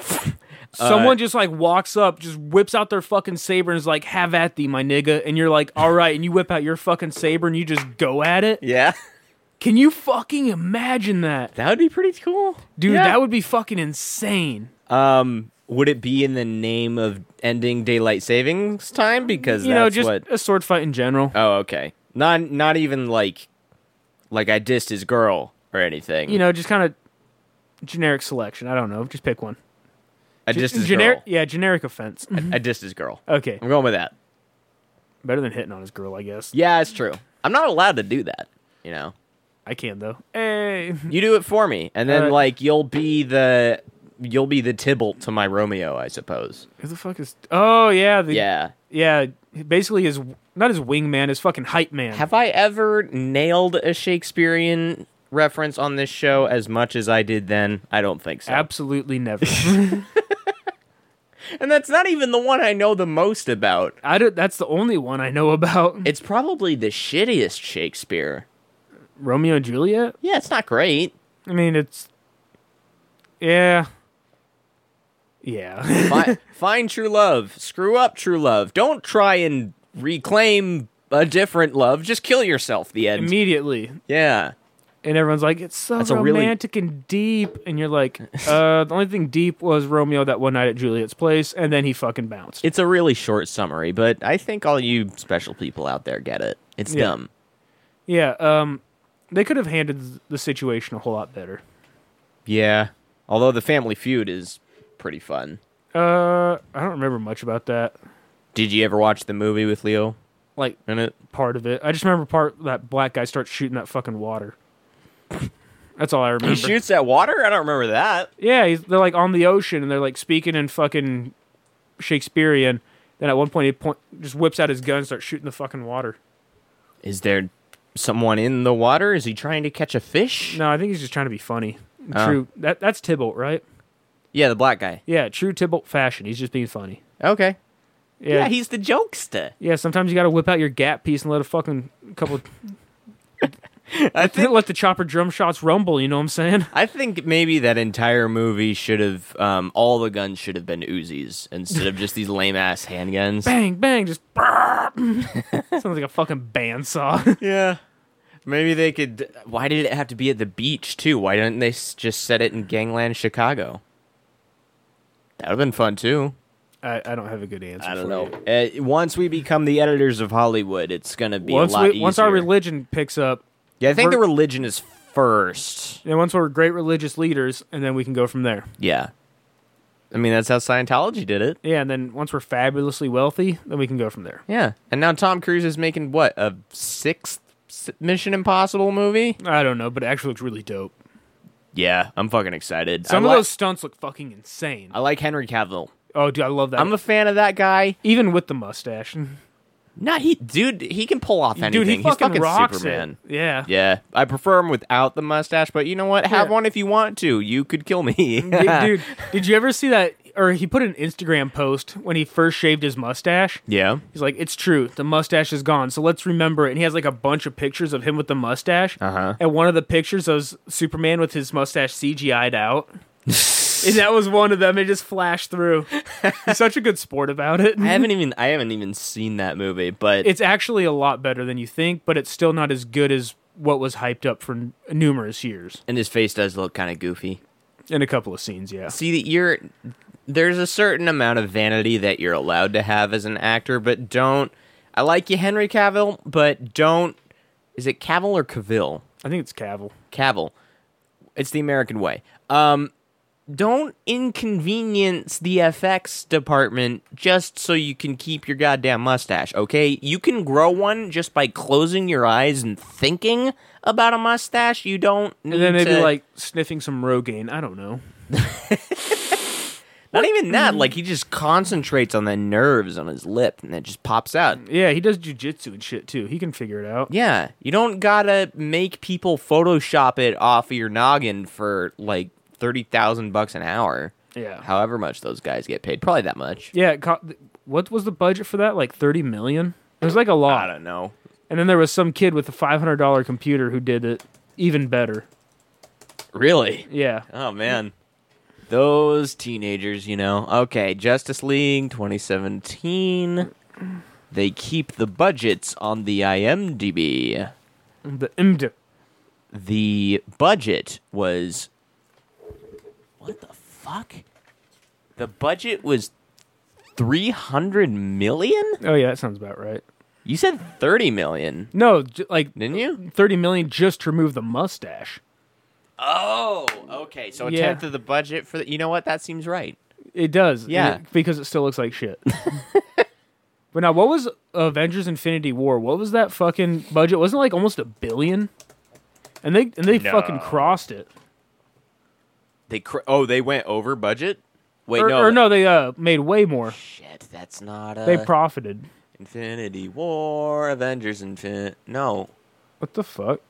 Uh,
Someone just like walks up, just whips out their fucking saber and is like, "Have at thee, my nigga!" And you're like, "All right," and you whip out your fucking saber and you just go at it.
Yeah, [LAUGHS]
Can you fucking imagine that,
that would be pretty cool,
dude?
Yeah.
That would be fucking insane.
Um, would it be in the name of ending daylight savings time? Because
You know,
that's
just
what.
a sword fight in general.
Oh, okay. Not not even like, like I dissed his girl or anything.
You know, just kind of generic selection. I don't know. Just pick one.
I dissed his
generic,
girl. Mm-hmm.
yeah, generic offense.
I dissed his girl.
okay,
I'm going with that.
better than hitting on his girl, I guess.
Yeah, it's true. I'm not allowed to do that. You know,
I can though. Hey,
you do it for me, and then
Alright.
like you'll be the you'll be the Tybalt to my Romeo, I suppose.
who the fuck is? Oh yeah, the,
Yeah.
Yeah, basically his not his wingman, his fucking hype man.
Have I ever nailed a Shakespearean reference on this show as much as I did then? I don't think so. [LAUGHS]
Absolutely never.
And that's not even the one I know the most about.
I don't, that's the only one I know about.
It's probably the shittiest Shakespeare.
Romeo and Juliet.
Yeah, it's not great.
I mean, it's yeah, yeah. [LAUGHS]
Fi- find true love. Screw up true love. Don't try and reclaim a different love. Just kill yourself, the end.
Immediately,
yeah.
and everyone's like, "It's so
That's a really-
romantic and deep," and you're
[LAUGHS]
like, "Uh, the only thing deep was Romeo that one night at Juliet's place, and then he fucking bounced."
It's a really short summary, but I think all you special people out there get it. It's
Yeah.
dumb.
yeah, um, they could have handled the situation a whole lot better.
Yeah. Although the family feud is pretty fun.
Uh, I don't remember much about that.
Did you ever watch the movie with Leo
Like
in it?
part of it. I just remember part that black guy starts shooting that fucking water. That's all I remember.
He shoots at water? I don't remember that.
yeah, he's, they're like on the ocean and they're like speaking in fucking Shakespearean. Then at one point he point just whips out his gun and starts shooting the fucking water.
Is there someone in the water? Is he trying to catch a fish?
No, I think he's just trying to be funny.
Oh.
True. That that's Tybalt, right?
Yeah, the black guy.
Yeah, true Tybalt fashion. He's just being funny.
Okay.
Yeah.
Yeah,
Yeah,
he's the jokester. [LAUGHS]
sometimes you got to whip out your gap piece and let a fucking couple
I think
let the chopper drum shots rumble, you know what I'm saying?
I think maybe that entire movie should have um, all the guns should have been Uzis instead of just these lame ass handguns.
Bang bang just [LAUGHS] Sounds like a fucking bandsaw.
Yeah. Maybe they could why did it have to be at the beach too? Why didn't they s- just set it in gangland Chicago? That would have been fun too.
I, I don't have a good answer.
I
for
don't
you.
know. Uh, once we become the editors of Hollywood, it's gonna be
Once
a lot
we,
easier.
once our religion picks up,
yeah, I think the
we're-
religion is first.
and once we're great religious leaders, and then we can go from there.
Yeah. I mean, that's how Scientology did it.
Yeah, and then once we're fabulously wealthy, then we can go from there.
Yeah. And now Tom Cruise is making what? A sixth s- Mission Impossible movie?
I don't know, but it actually looks really dope.
Yeah, I'm fucking excited.
Some
I
of
li-
those stunts look fucking insane.
I like Henry Cavill.
oh, dude, I love that.
I'm a fan of that guy.
Even with the mustache,
Not he, dude. He can pull off anything.
[LAUGHS] dude, he
He's
fucking,
fucking
rocks
Superman.
it. Yeah.
Yeah, I prefer him without the mustache, but you know what? Have
Yeah.
one if you want to. You could kill me, [LAUGHS]
Di- [LAUGHS] dude, did you ever see that? Or he put an Instagram post when he first shaved his mustache.
Yeah.
He's like, it's true. The mustache is gone. So let's remember it. And he has like a bunch of pictures of him with the mustache.
Uh-huh.
And one of the pictures was Superman with his mustache CGI'd out. and that was one of them. It just flashed through. He's such a good sport about it.
I haven't even I haven't even seen that movie, but
It's actually a lot better than you think, but it's still not as good as what was hyped up for n- numerous years.
and his face does look kind of goofy.
In a couple of scenes, yeah.
see that you're there's a certain amount of vanity that you're allowed to have as an actor, but don't I like you Henry Cavill, but don't is it Cavill or Cavill?
I think it's Cavill.
Cavill. It's the American way. Um don't inconvenience the FX department just so you can keep your goddamn mustache, okay? You can grow one just by closing your eyes and thinking about a mustache. You don't need
And then maybe
to-
like sniffing some Rogaine. I don't know.
not even
[CLEARS THROAT]
that, like he just concentrates on the nerves on his lip and it just pops out.
Yeah, he does jujitsu and shit too. He can figure it out.
Yeah, you don't gotta make people Photoshop it off of your noggin for like thirty thousand bucks an hour.
Yeah.
however much those guys get paid, probably that much.
Yeah. It co- what was the budget for that? Like thirty million. It was like a
I
lot.
don't know.
And then there was some kid with a five hundred dollar computer who did it even better.
Really?
Yeah.
Oh man, those teenagers, you know. Okay, Justice League 2017. They keep the budgets on the IMDb.
The IMD.
the budget was what the fuck? The budget was 300 million?
Oh yeah, that sounds about right.
You said 30 million,
No, j- like
didn't you?
thirty million just to remove the mustache.
Oh, okay. So a
Yeah.
tenth of the budget for the, You know what? That seems right.
It does.
Yeah.
and it- because it still looks like shit. [LAUGHS] but now, what was Avengers: Infinity War? What was that fucking budget? Wasn't it like almost a billion? And they and they fucking crossed it.
They cr- Oh, they went over budget? Wait,
or,
no.
or no, they uh made way more.
Shit, that's not a
They profited.
Infinity War, Avengers Infin No.
What the fuck?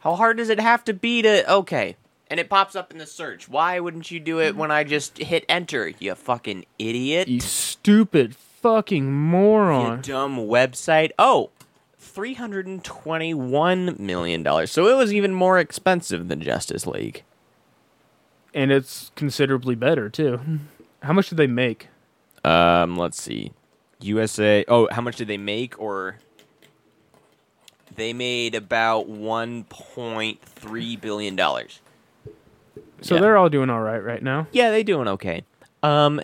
How hard does it have to be to okay? And it pops up in the search. Why wouldn't you do it when I just hit enter? You fucking idiot.
You stupid fucking
You
moron.
dumb website. Oh, $321 million. So it was even more expensive than Justice League.
And it's considerably better too. How much did they make?
Um, let's see. USA. Oh, how much did they make or they made about 1.3 billion dollars.
So
Yeah.
they're all doing all right right now.
Yeah, they doing okay. Um,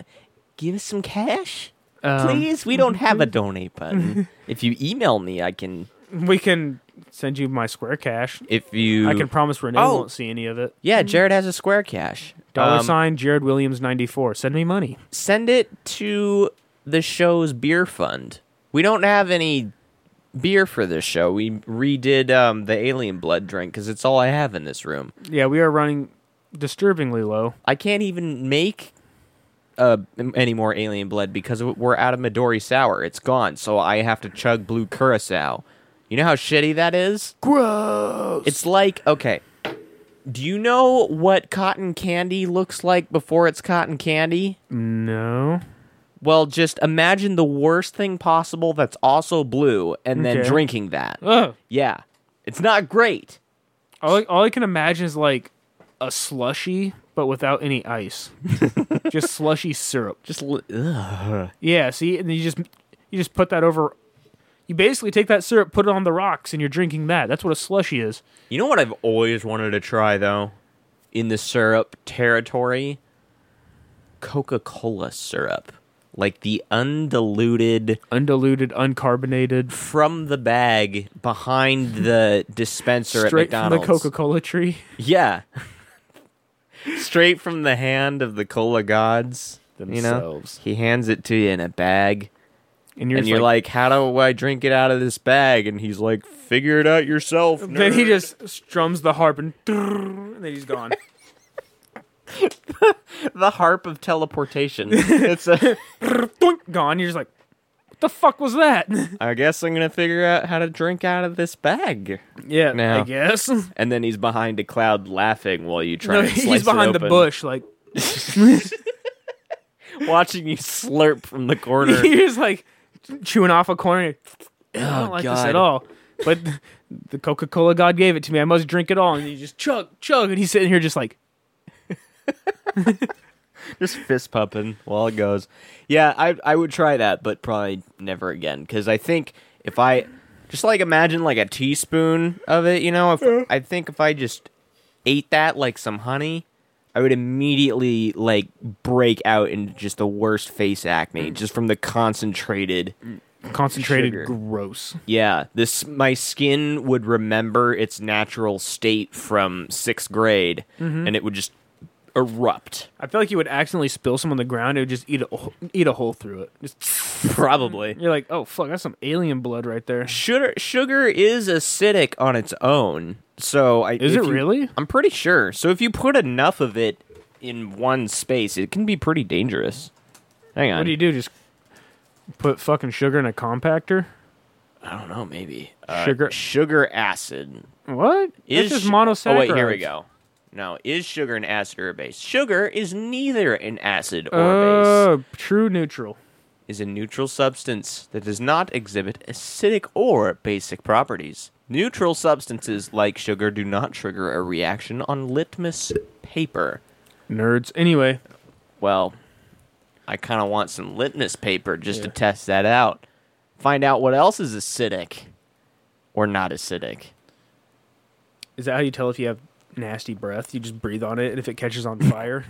give us some cash,
Um,
please. We don't
[LAUGHS]
have a donate button. if you email me, I can.
We can send you my square cash.
If you,
I can promise Renee
Oh.
won't see any of it.
yeah, Jared has a Square cash.
Dollar
Um,
sign Jared Williams ninety four. Send me money.
Send it to the show's beer fund. We don't have any beer for this show. We redid um, the alien blood drink because it's all I have in this room.
Yeah, we are running disturbingly low.
I can't even make uh, m- any more alien blood because we're out of Midori sour. It's gone, so I have to chug blue curacao. You know how shitty that is?
Gross.
It's like, okay, do you know what cotton candy looks like before it's cotton candy?
No.
Well, just imagine the worst thing possible that's also blue and then
Okay.
drinking that.
Ugh.
Yeah. It's not great.
All I, all I can imagine is like a slushy, but without any
[LAUGHS]
ice. just slushy syrup.
Just li- ugh.
Yeah. See, and then you just you just put that over. You basically take that syrup, put it on the rocks, and you're drinking that. That's what a slushy is.
You know what I've always wanted to try though, in the syrup territory, Coca-Cola syrup, like the undiluted
Undiluted, uncarbonated,
from the bag behind
[LAUGHS]
the dispenser
straight
at
from the
McDonald's.
Coca-Cola tree. [LAUGHS]
yeah, [LAUGHS] straight from the hand of the cola gods.
Themselves.
You know, he hands it to you in a bag,
And you're,
and
just
you're like, "How do I drink it out of this bag?" And he's like, "Figure it out yourself."
[LAUGHS] Then he
nerd."
just strums the harp and, [LAUGHS] and then
[LAUGHS]
he's gone.
the harp of [LAUGHS] teleportation. it's a
Doink, gone. You're just like, what the fuck was that? [LAUGHS]
I guess I'm gonna figure out how to drink out of this bag.
yeah,
No.
I guess. [LAUGHS]
And then he's behind a cloud laughing while you try.
No,
and slice
he's
it
behind the
open,
bush, like
watching you slurp from the
[LAUGHS]
corner.
he's like chewing off a corner. I don't like this
Oh, God.
at all. But the Coca Cola God gave it to me. I must drink it all. And he just chug, chug, and he's sitting here just like,
just fist pumping while it goes. Yeah, I I would try that, but probably never again because I think if I just like imagine like a teaspoon of it, you know, if I think if I just ate that like some honey, I would immediately like break out into just the worst face acne just from the concentrated.
concentrated,
Sugar.
gross.
Yeah, this my skin would remember its natural state from sixth grade, and it would just erupt.
I feel like you would accidentally spill some on the ground. It would just eat a ho- eat a hole through it. Just [LAUGHS]
Probably.
you're like, oh fuck, that's some alien blood right there.
Sugar sugar is acidic on its own. So I
Is
if
it
you-
really?
I'm pretty sure. So if you put enough of it in one space, it can be pretty dangerous. Hang on.
What do you do? Just put fucking sugar in a compactor?
I don't know, maybe. Uh,
Sugar-
sugar acid.
What?
Is
it's just
su-
monosaccharides.
Oh wait, here we go. No, is sugar an acid or a base? Sugar is neither an acid or a base.
Oh, true neutral.
Is a neutral substance that does not exhibit acidic or basic properties. Neutral substances like sugar do not trigger a reaction on litmus paper.
Nerds. Anyway,
Well, I kind of want some litmus paper just to test that out. Find out what else is acidic or not acidic.
is that how you tell if you have nasty breath? You just breathe on it, and if it catches [LAUGHS] on fire,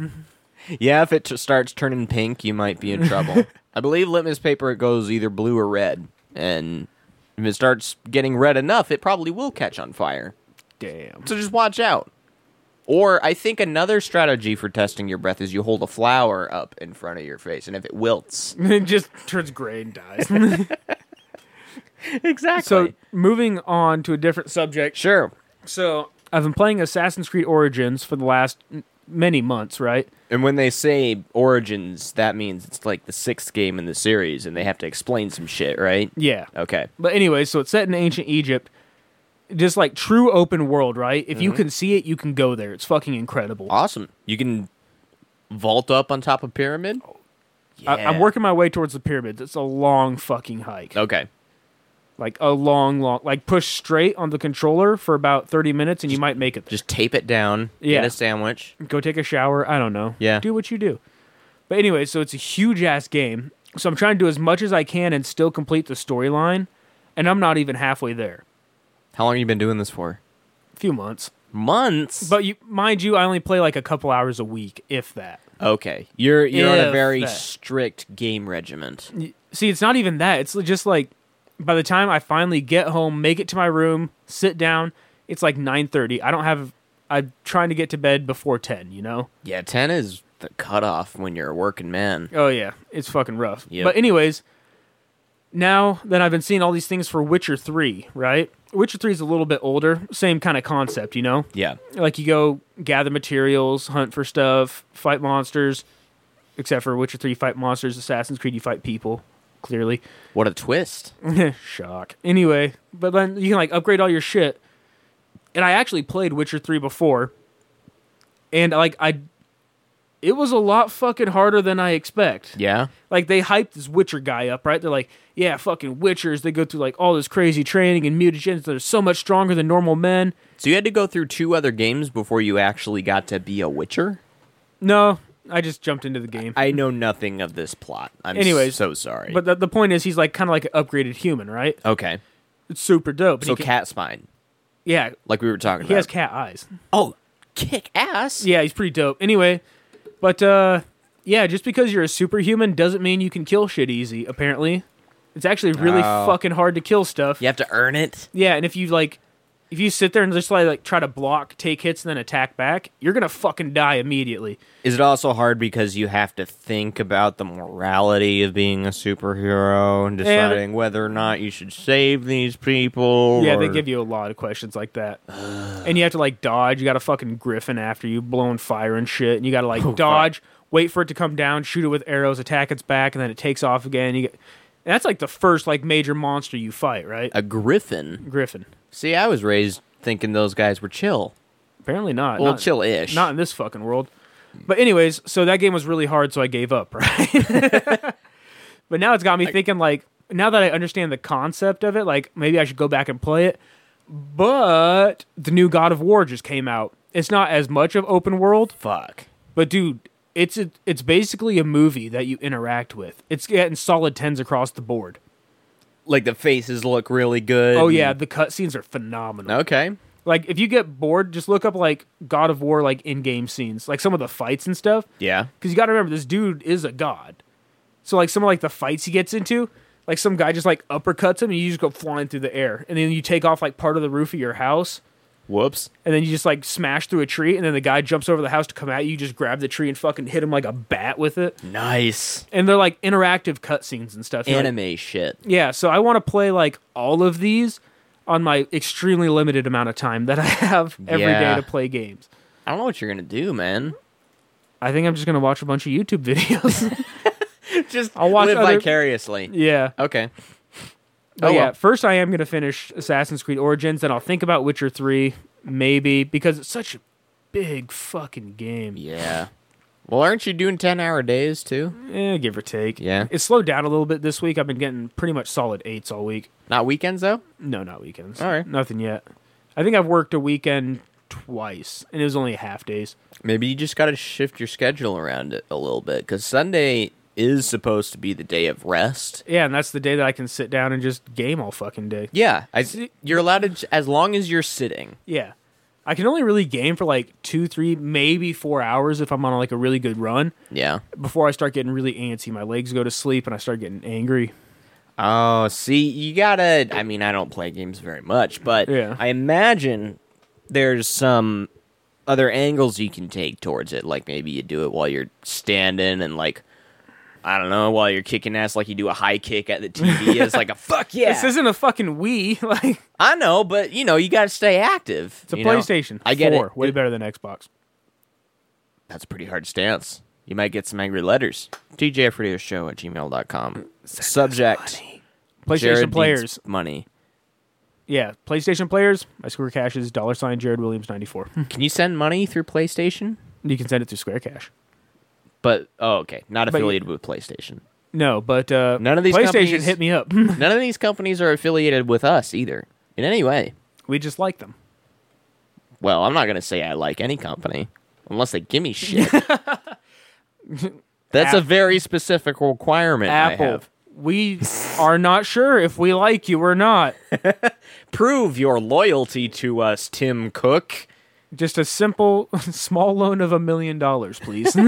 Yeah, if it t- starts turning pink, you might be in [LAUGHS] trouble. I believe litmus paper it goes either blue or red, and if it starts getting red enough, it probably will catch on fire.
damn.
So just watch out. Or I think another strategy for testing your breath is you hold a flower up in front of your face, and if it wilts,
[LAUGHS] it just turns gray and dies.
exactly.
so, moving on to a different subject.
sure.
So, I've been playing Assassin's Creed Origins for the last m- many months, right?
And when they say origins, that means it's like the sixth game in the series, and they have to explain some shit, right?
Yeah.
Okay.
Uh, But anyway, so it's set in ancient Egypt. Just like true open world, right? If you can see it, you can go there. It's fucking incredible.
Awesome. You can vault up on top of pyramid.
Oh, I, I'm
Yeah.
working my way towards the pyramids. It's a long fucking hike.
Okay.
Like a long, long, like push straight on the controller for about 30 minutes and you might make it. Just
Just tape it down.
Yeah.
Get a sandwich.
go take a shower. I don't know.
Yeah.
Do what you do. But anyway, so it's a huge ass game. So I'm trying to do as much as I can and still complete the storyline. And I'm not even halfway there.
How long you been doing this for?
few months.
Months.
But you, mind you, I only play like a couple hours a week, if that.
okay, you're you're on a
If
very
that.
strict game regiment.
see it's not even that it's just like by the time i finally get home make it to my room sit down it's like 9.30 i don't have i'm trying to get to bed before 10 you know
Yeah, ten is the cutoff when you're a working man.
oh yeah it's fucking rough
Yep.
but anyways now that i've been seeing all these things for witcher 3 right witcher 3 is a little bit older same kind of concept you know
Yeah.
like you go gather materials hunt for stuff fight monsters except for witcher 3 you fight monsters assassin's creed you fight people clearly [LAUGHS]
What a twist.
Shock. Anyway, but then you can like upgrade all your shit. And I actually played Witcher 3 before. And like I it was a lot fucking harder than I expect.
Yeah.
Like they hyped this Witcher guy up, right? They're like, yeah, fucking Witchers, they go through like all this crazy training and mutagens that are so much stronger than normal men.
So you had to go through two other games before you actually got to be a Witcher.
No, I just jumped into the game.
I know nothing of this plot. I'm
Anyways,
so sorry.
but the, the point is he's like kind of like an upgraded human, right?
okay,
It's super dope. And
so
he can-
cat spine,
yeah,
like we were talking
he
about.
has cat eyes.
oh, kick ass.
Yeah, he's pretty dope. Anyway, but uh yeah, just because you're a superhuman doesn't mean you can kill shit easy, apparently. It's actually really
Oh.
fucking hard to kill stuff.
You have to earn it.
Yeah, and if you like if you sit there and just like, like try to block, take hits and then attack back, you're going to fucking die immediately.
Is it also hard because you have to think about the morality of being a superhero and deciding whether or not you should save these people?
Yeah, they
or-
give you a lot of questions like that. and you have to like dodge, you got a fucking griffin after you blowing fire and shit, and you got to like dodge, wait for it to come down, shoot it with arrows, attack its back and then it takes off again. You get and that's like the first like major monster you fight, right?
a griffin.
Griffin.
See, I was raised thinking those guys were chill.
Apparently not.
Well,
not,
chill-ish.
Not in this fucking world. But anyways, so that game was really hard, so I gave up, [LAUGHS] right? [LAUGHS] but now it's got me thinking like now that I understand the concept of it, like maybe I should go back and play it. But the new God of War just came out. It's not as much of open world,
Fuck.
but dude, it's a, it's basically a movie that you interact with. It's getting solid tens across the board.
Like the faces look really good.
Oh yeah,
and-
the cutscenes are phenomenal.
Okay.
Like if you get bored, just look up like God of War like in game scenes, like some of the fights and stuff.
Yeah.
Because you got to remember, this dude is a god. So like some of like the fights he gets into, like some guy just like uppercuts him and you just go flying through the air, and then you take off like part of the roof of your house.
Whoops.
and then you just like smash through a tree, and then the guy jumps over the house to come at you. You just grab the tree and fucking hit him like a bat with it.
Nice.
And they're like interactive cutscenes and stuff. You're like,
Anime shit.
yeah, so I want to play like all of these on my extremely limited amount of time that I have every day
Yeah.
to play games.
I don't know what you're gonna do, man.
I think I'm just gonna watch a bunch of YouTube [LAUGHS] videos.
[LAUGHS] Just
I'll watch
live
other-
vicariously.
yeah.
Okay.
Oh
well.
yeah. First, I am gonna finish Assassin's Creed Origins, then I'll think about Witcher Three, maybe because it's such a big fucking game.
Yeah. Well, aren't you doing ten hour days too?
Eh, give or take.
Yeah.
It slowed down a little bit this week. I've been getting pretty much solid eights all week.
Not weekends though.
No, not weekends.
All right.
Nothing yet. I think I've worked a weekend twice, and it was only half days.
Maybe you just got to shift your schedule around it a little bit because Sunday is supposed to be the day of rest.
Yeah, and that's the day that I can sit down and just game all fucking day.
Yeah, I, you're allowed to j- as long as you're sitting.
Yeah. I can only really game for like two, three, maybe four hours if I'm on like a really good run
Yeah.
before I start getting really antsy. My legs go to sleep and I start getting angry.
Oh, see, you gotta. I mean, I don't play games very much, but
Yeah.
I imagine there's some other angles you can take towards it. Like maybe you do it while you're standing and like. I don't know. While you're kicking ass, like you do a high kick
[LAUGHS]
at the TV, it's like a fuck yeah.
This isn't a fucking Wii. [LAUGHS] Like,
I know, but you know, you got to stay active.
it's a
you know?
PlayStation.
I get
Four,
it.
Way better than Xbox.
That's a pretty hard stance. You might get some angry letters. DJFradioShow at gmail.com. Subject
PlayStation
Jared needs
players.
money.
Yeah. PlayStation players. My square cash is dollar sign Jared Williams 94.
Can you send money through PlayStation?
[LAUGHS] you can send it through Square Cash.
But oh, okay, not
But you-
affiliated with PlayStation.
No, but uh,
None of these
PlayStation
companies-
hit me up. [LAUGHS]
None of these companies are affiliated with us either in any way.
we just like them.
Well, I'm not gonna say I like any company unless they give me [LAUGHS] shit. That's a
App-
very specific requirement. I
Apple,
have.
we are not sure if we like you or not.
Prove your loyalty to us, Tim Cook.
Just a simple, [LAUGHS] small loan of a million dollars, please. [LAUGHS]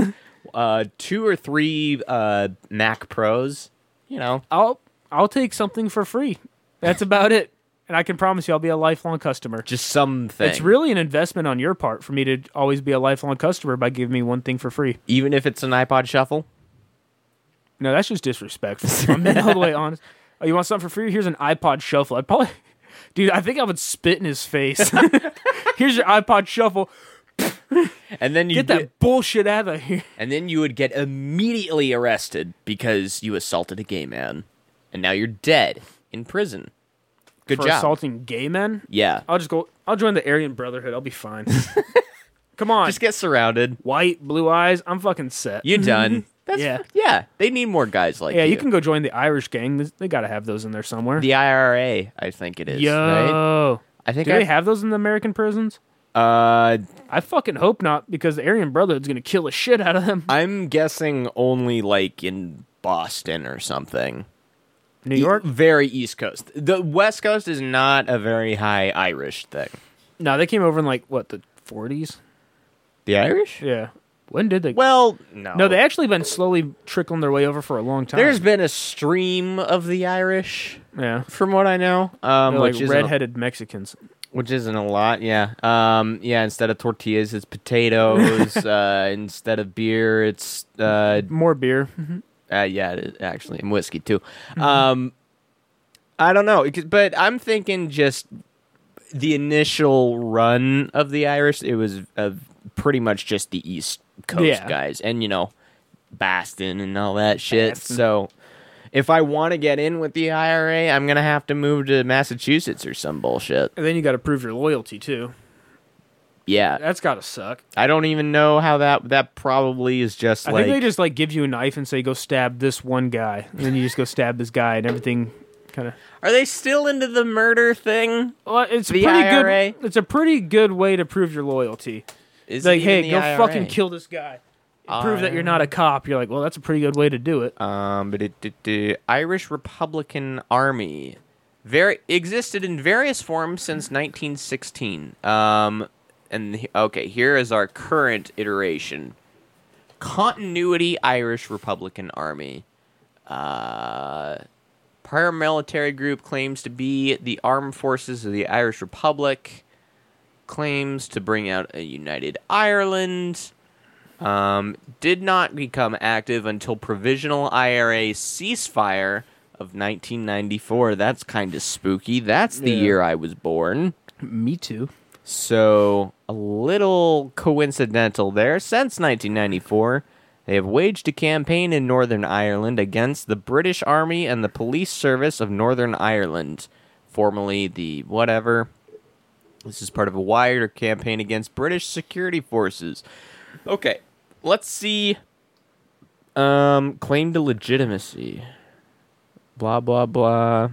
uh, two or three uh, Mac Pros. You know,
I'll I'll take something for free. That's about it, and I can promise you, I'll be a lifelong customer.
just something.
It's really an investment on your part for me to always be a lifelong customer by giving me one thing for free.
even if it's an iPod Shuffle.
No, that's
[LAUGHS]
just disrespectful. if I'm being all the way honest. Oh, you want something for free? Here's an iPod Shuffle. I'd probably, dude, I think I would spit in his
[LAUGHS]
face. Here's your iPod Shuffle.
And then you
Get that bullshit out of here.
and then you would get immediately arrested because you assaulted a gay man, and now you're dead in prison. Good
For Oh.
job.
assaulting gay men?
Yeah,
I'll just go. I'll join the Aryan Brotherhood. I'll
[LAUGHS]
be fine. Come on,
just get surrounded.
white blue eyes. I'm fucking set.
You done? That's,
Mm-hmm. Yeah.
yeah. They need more guys like
yeah,
you.
you can go join the Irish gang. They- They gotta have those in there somewhere.
The IRA, I think it is. Right?
Yo,
I think
do
I
they have those in the American prisons?
uh,
I fucking hope not, because the Aryan Brotherhood's gonna kill the shit out of them.
I'm guessing only like in Boston or something. E-,
New York?
very East Coast. The West Coast is not a very high Irish thing.
No, they came over in like what the 40s.
The Irish?
Yeah. When did they?
Well, no.
no, they actually been slowly trickling their way over for a long time.
There's been a stream of the Irish,
yeah,
from what I know, um,
They're like
which isn't
redheaded Mexicans.
which isn't a lot. Yeah, um, yeah. Instead of tortillas, it's
[LAUGHS]
potatoes. uh, instead of beer, it's uh,
More beer.
Uh, yeah, it is, actually, and whiskey too.
Mm-hmm.
Um, I don't know, it could- but I'm thinking just the initial run of the Irish. It was uh, pretty much just the East Coast
Yeah.
guys, and you know, Boston and all that shit. So, if I want to get in with the IRA, I'm gonna have to move to Massachusetts or some bullshit.
And then you got to prove your loyalty too.
Yeah,
That's got to suck.
I don't even know how that that probably is just
I
like
think they just like give you a knife and say go stab this one guy, and then you just go stab this guy, and everything kind of.
are they still into the murder thing?
Well, it's
The
pretty
IRA?
good. It's a pretty good way to prove your loyalty.
Is
It's
it
like,
even
hey,
the
go
IRA?
fucking kill this guy. Prove that you're not a cop. You're like, well, that's a pretty good way to do it.
Um, but it, it- the Irish Republican Army very existed in various forms since 1916. Um, and he- okay, here is our current iteration: Continuity Irish Republican Army. Uh, paramilitary group claims to be the armed forces of the Irish Republic. claims to bring out a united Ireland. Um, did not become active until provisional IRA ceasefire of 1994. That's kind of spooky. That's the year I was born.
Me too.
So, a little coincidental there. Since 1994, they have waged a campaign in Northern Ireland against the British Army and the Police Service of Northern Ireland, formerly the whatever. This is part of a wider campaign against British security forces. Okay, let's see. Um, claim to legitimacy. Blah blah blah.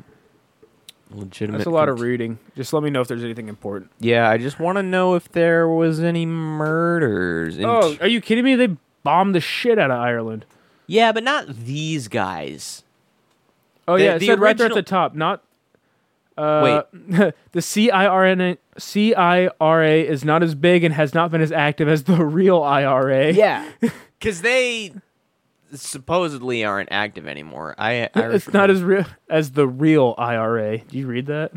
Legitimate.
That's a lot
cont-
of reading. Just let me know if there's anything important.
yeah, I just want to know if there was any murders. in-
Oh, are you kidding me? They bombed the shit out of Ireland.
yeah, but not these guys.
Oh
The-
yeah, it
the
said right there at
original-
the top. Not uh, [LAUGHS] Wait. the CIRN CIRA is not as big and has not been as active as the real IRA.
Yeah, [LAUGHS] because they supposedly aren't active anymore. I, I
it's not as real as the real IRA. Do you read that?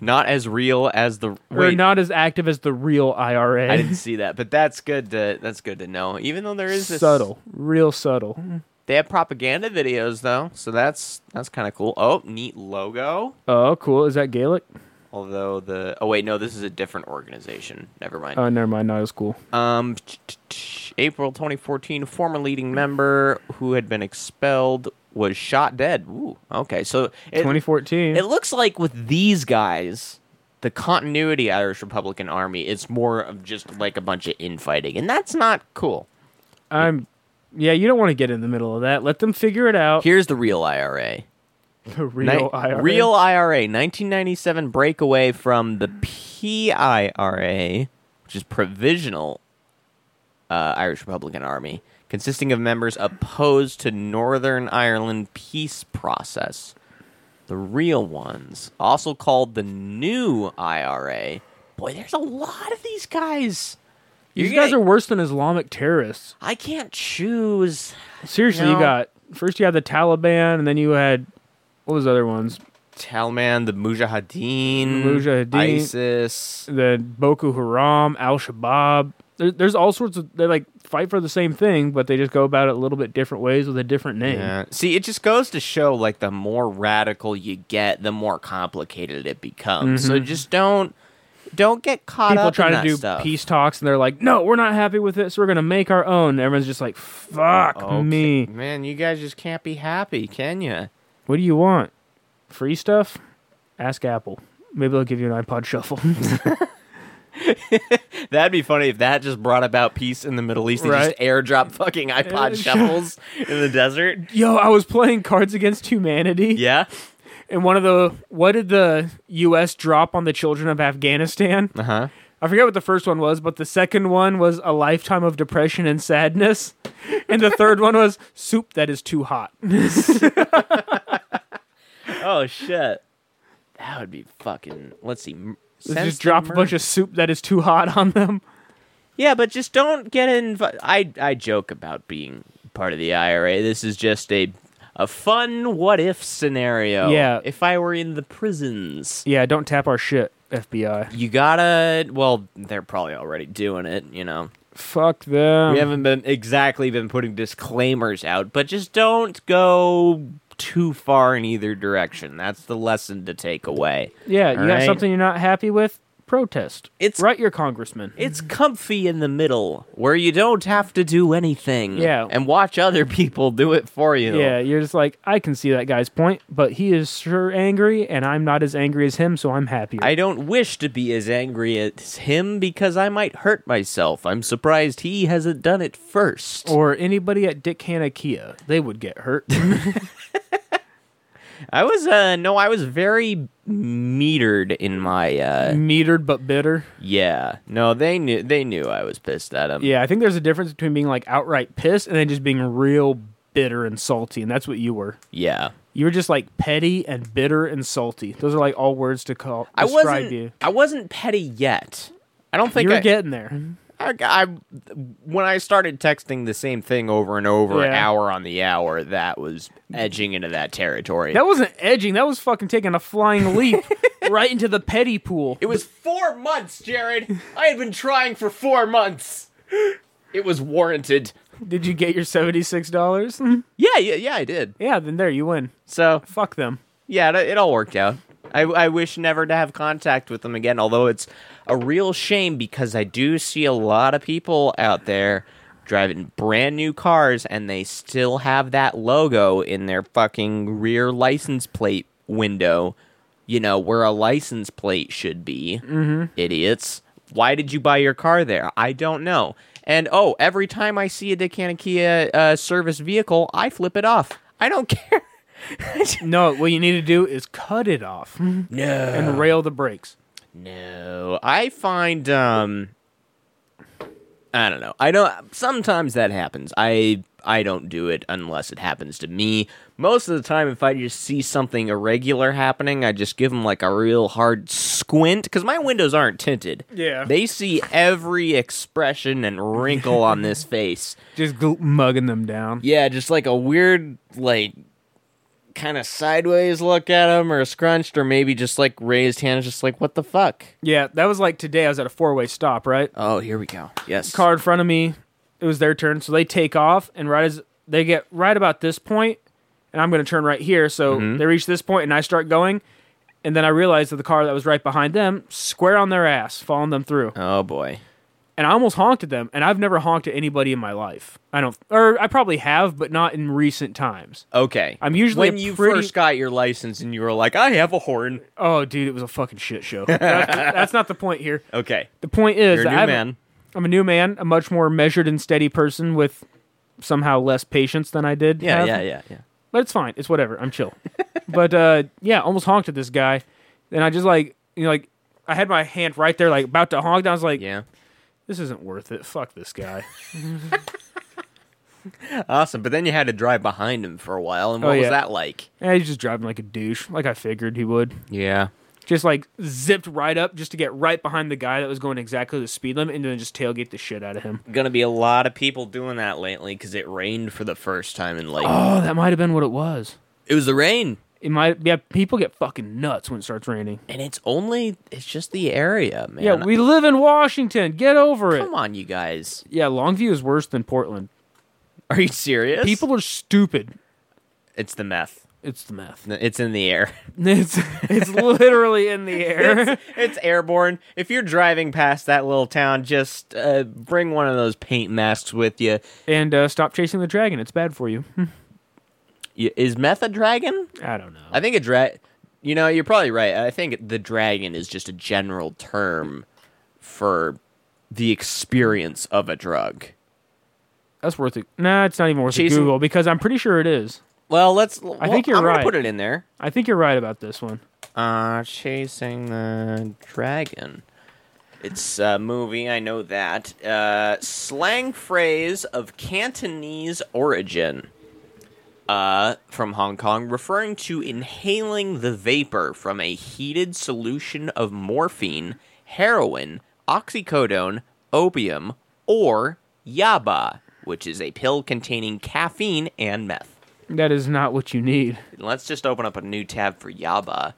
not as real as the
We're
wait.
not as active as the real IRA.
I didn't see that, but that's good to that's good to know. Even though there is this Mm-hmm.
subtle, real subtle.
They have propaganda videos though, so that's that's kind of cool. Oh, neat logo.
Oh, cool. Is that Gaelic?
Although the oh wait no, this is a different organization. Never mind.
Oh, never mind. Not as cool.
Um, April 2014, a former leading member who had been expelled was shot dead. Ooh, okay. So it,
2014.
it looks like with these guys, the continuity Irish Republican Army is more of just like a bunch of infighting, and that's not cool.
I'm. Yeah, you don't want to get in the middle of that. Let them figure it out.
Here's the real IRA.
the real
Ni-
IRA.
Real IRA, 1997 breakaway from the PIRA, which is Provisional uh, Irish Republican Army, consisting of members opposed to Northern Ireland peace process. The real ones, also called the New IRA. Boy, there's a lot of these guys.
These
You're
guys are
gonna-
worse than Islamic terrorists.
I can't choose.
Seriously,
No.
you got first you had the Taliban, and then you had what was the other ones?
Talman, the Mujahideen,
Mujahideen.
ISIS.
The Boko Haram, Al Shabaab. There, there's all sorts of they like fight for the same thing, but they just go about it a little bit different ways with a different name.
Yeah. See, it just goes to show like the more radical you get, the more complicated it becomes. So just don't don't get caught
Mm-hmm. People
up
try
in
to
that
do
stuff.
peace talks, and they're like, "No, we're not happy with this. We're gonna make our own." And everyone's just like, "Fuck
Oh, Okay.
me.
Man, you guys just can't be happy, can you?
What do you want? Free stuff? Ask Apple. Maybe they'll give you an iPod Shuffle." [LAUGHS]
That'd be funny if that just brought about peace in the Middle East. They
Right.
just airdrop
[LAUGHS]
fucking iPod
sure.
shovels in the desert.
Yo, I was playing Cards Against Humanity.
Yeah.
And one of the what did the U.S. drop on the children
[LAUGHS]
of Afghanistan?
Uh huh.
I forget what the first one was, but the second one was a lifetime of depression and sadness, [LAUGHS] and the third one was soup that is too hot. [LAUGHS]
Oh shit. That would be fucking. Let's see. m- sense
Just drop a
the
bunch of soup that is too hot on them.
Yeah, but just don't get invited. I I joke about being part of the IRA. This is just a a fun what if scenario.
Yeah.
If I were in the prisons,
Yeah, don't tap our shit, FBI.
you gotta. Well, they're probably already doing it. You know,
Fuck them.
we haven't been exactly been putting disclaimers out, but just don't go too far in either direction. That's the lesson to take away.
yeah, you
All
got
right.
something you're not happy with? Protest.
It's-
right, your congressman.
It's comfy in the middle where you don't have to do anything.
Yeah.
And watch other people do it for you.
Yeah, you're just like, I can see that guy's point, but he is sure angry, and I'm not as angry as him, so I'm happier.
I don't wish to be as angry as him because I might hurt myself. I'm surprised he hasn't done it first.
or anybody at Dick Hanna Kia, they would get hurt.
[LAUGHS] I was uh no, I was very metered in my uh
Metered but bitter.
yeah. No, they knew they knew I was pissed at him.
Yeah, I think there's a difference between being like outright pissed and then just being real bitter and salty, and that's what you were.
Yeah.
You were just like petty and bitter and salty. Those are like all words to call
I
describe
wasn't
you.
I wasn't petty yet. I don't think
You're
I, Mm-hmm.
getting there.
I, I when I started texting the same thing over and over
Yeah.
hour on the hour, that was edging into that territory.
[LAUGHS] That wasn't edging. That was fucking taking a flying leap. right into the petty pool.
It was four months, Jared. I had been trying for four months. It was warranted.
Did you get your seventy-six dollars?
Yeah, yeah, yeah. I did.
Mm-hmm. yeah, then there you win.
So
Fuck them.
yeah, it, it all worked out. I, I wish never to have contact with them again. Although it's a real shame because I do see a lot of people out there driving brand new cars and they still have that logo in their fucking rear license plate window. You know where a license plate should be. Mm-hmm. Idiots. Why did you buy your car there? I don't know. And oh, every time I see a Decanakia uh, service vehicle, I flip it off. I don't [LAUGHS] care.
No, what you need to do is cut it off and
No.
rail the brakes.
No, I find um, I don't know. I don't. Sometimes that happens. I I don't do it unless it happens to me. Most of the time, if I just see something irregular happening, I just give them like a real hard squint because my windows aren't tinted.
Yeah.
they see every expression and wrinkle on this face.
Just gl- mugging them down.
Yeah, just like a weird, like, kind of sideways look at them, or scrunched, or maybe just like raised hands, just like, what the fuck?
Yeah, that was like today. I was at a four-way stop, right?
Oh, here we go. Yes.
car in front of me. It was their turn, so they take off, and right as they get right about this point, and I'm going to turn right here, so they reach this point, and I start going, and then I realize that the car that was right behind them, square on their ass, following them through,
Oh boy.
and I almost honked at them, and I've never honked at anybody in my life. I don't, or I probably have, but not in recent times.
Okay.
I'm usually
when
a
you
pretty-
first got your license and you were like, I have a horn.
Oh, dude, it was a fucking
[LAUGHS]
shit show. that's, that's not the point here.
Okay.
The point is,
You're a
that I
new
haven't-
man.
I'm a new man, a much more measured and steady person with somehow less patience than I did.
Yeah,
have.
yeah, yeah, yeah.
but it's fine. It's whatever. I'm chill. [LAUGHS] but uh, yeah, almost honked at this guy, and I just like you know like I had my hand right there, like about to honk. And I was like,
Yeah.
this isn't worth it. Fuck this guy. [LAUGHS]
Awesome. But then you had to drive behind him for a while, and
Oh,
what was
yeah.
that like?
and he's just driving like a douche, like I figured he would.
Yeah.
Just like zipped right up just to get right behind the guy that was going exactly the speed limit, and then just tailgate the shit out of him.
Gonna be a lot of people doing that lately because it rained for the first time in like [GASPS]
Oh, that might have been what it was.
it was the rain.
It might. Yeah, people get fucking nuts when it starts raining.
And it's only it's just the area, man.
Yeah, we live in Washington. Get over it.
come on, you guys.
Yeah, Longview is worse than Portland.
Are you serious?
People are stupid.
it's the meth.
It's the meth.
It's in the air.
[LAUGHS]
[LAUGHS]
It's [LAUGHS] it's literally in the air.
it's airborne. If you're driving past that little town, just uh, bring one of those paint masks with you.
and uh, stop chasing the dragon. It's bad for you. [LAUGHS] Hmm.
Y- Is meth a dragon?
I don't know.
I think a dra You know, you're probably right. I think the dragon is just a general term for the experience of a drug.
That's worth it. Nah, it's not even worth
Chasing-
it. Google because I'm pretty sure it is.
Well, let's.
I think you're
am
right.
Gonna put it in there.
I think you're right about this one.
Uh, chasing the dragon. It's a movie. I know that. Uh, slang phrase of Cantonese origin. Uh, from Hong Kong, referring to inhaling the vapor from a heated solution of morphine, heroin, oxycodone, opium, or yaba, which is a pill containing caffeine and meth.
That is not what you need.
Let's just open up a new tab for Yaba.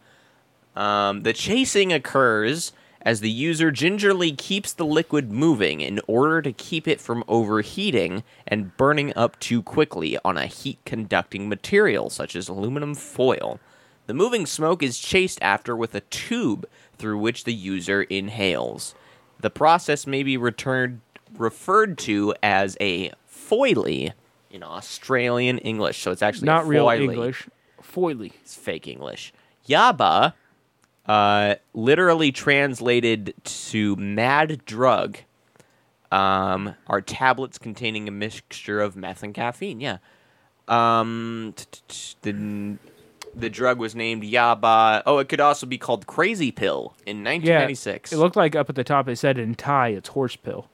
Um, the chasing occurs as the user gingerly keeps the liquid moving in order to keep it from overheating and burning up too quickly on a heat conducting material such as aluminum foil. The moving smoke is chased after with a tube through which the user inhales. The process may be returned, referred to as a foily in Australian English, so it's actually
not
a
real
foily
English. Foily.
it's fake English. Yaba, uh, literally translated to mad drug, um, are tablets containing a mixture of meth and caffeine. Yeah. Um, t- t- t- the, the drug was named Yaba. Oh, it could also be called Crazy Pill in
Yeah.
1996.
It looked like up at the top it said in Thai it's horse pill,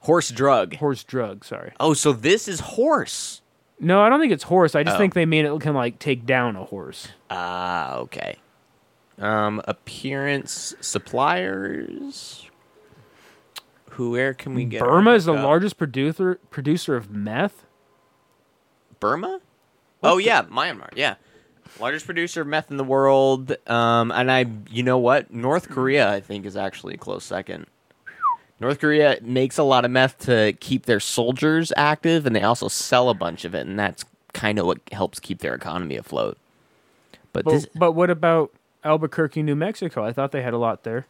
horse drug.
horse drug. Sorry.
Oh, so this is horse.
No, I don't think it's horse. I just think they mean it can like take down a horse.
Ah, okay. Um, appearance suppliers. Who? Where can we get? our
Burma is the
hookup?
largest producer producer of meth.
Burma. Oh yeah, Myanmar. Yeah. Largest producer of meth in the world. Um, and I, you know what? North Korea, I think, is actually a close second. North Korea makes a lot of meth to keep their soldiers active, and they also sell a bunch of it, and that's kind of what helps keep their economy afloat. But,
But,
this,
but what about Albuquerque, New Mexico? I thought they had a lot there.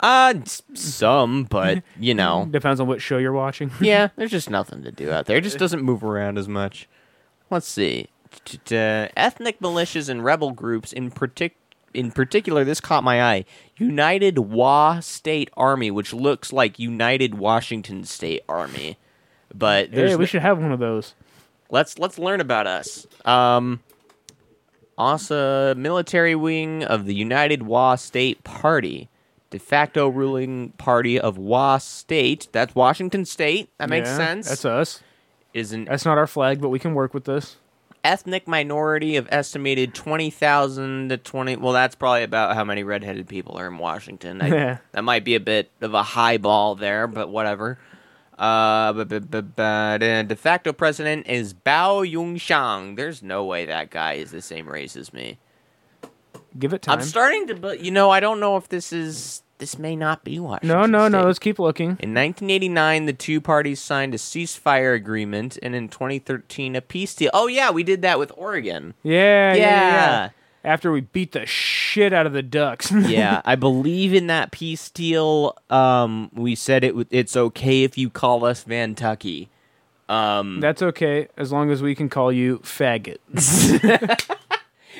uh, s- some, but you know,
Depends on what show you're [LAUGHS] watching.
yeah, [LAUGHS] there's just nothing to do out there. It just doesn't move around as much. Let's see. T- t- uh, Ethnic militias and rebel groups, in partic- in particular, this caught my eye. United Wa State Army, which looks like United Washington State Army, but there's
Hey, we
no-
should have one of those.
let's let's learn about us. Um, ASA military wing of the United Wa State Party, de facto ruling party of Wa State. That's Washington State. That makes
Yeah,
sense.
That's us.
is an
That's not our flag, but we can work with this.
ethnic minority of estimated twenty thousand to twenty. Well, that's probably about how many redheaded people are in Washington. I,
Yeah.
that might be a bit of a high ball there, but whatever. Uh, but, but, but, but, uh, de facto president is Bao Yung Shang. There's no way that guy is the same race as me.
Give it time.
I'm starting to, but you know, I don't know if this is. This may not be Washington.
no, no, no.
State.
Let's keep looking.
In 1989, the two parties signed a ceasefire agreement, and in 2013, a peace deal. Oh yeah, we did that with Oregon.
Yeah, yeah.
Yeah.
yeah. After we beat the shit out of the ducks. [LAUGHS]
yeah, I believe in that peace deal. Um, we said it. w- It's okay if you call us Vantucky.
That's okay, as long as we can call you
[LAUGHS]
faggot. Let's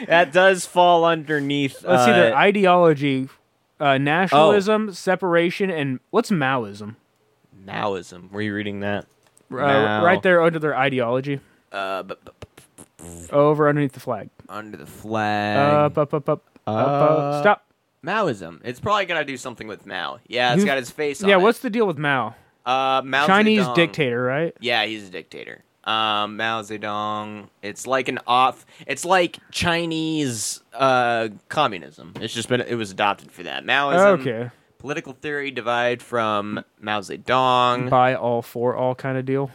That does fall underneath.
see their
uh, oh.
ideology, uh, nationalism, separation, and what's Maoism?
Maoism. Were you reading that?
Uh,
Mao.
Right there under their ideology,
Uh, b- b- b-
over underneath the flag. Uh,
under the flag.
Up, up, up, up, up,
Uh,
up. Stop.
Maoism. It's probably gonna do something with Mao. Yeah, it's
You-
got his face.
Yeah,
on
what's
it.
the deal with Mao?
uh Mao
Chinese
Zedong.
dictator, right?
Yeah, he's a dictator. Um, Mao Zedong. It's like an off. It's like Chinese uh, communism. It's just been. It was adopted for that. Maoism.
Okay.
Political theory derived from Mao Zedong.
Buy all for all kind of deal.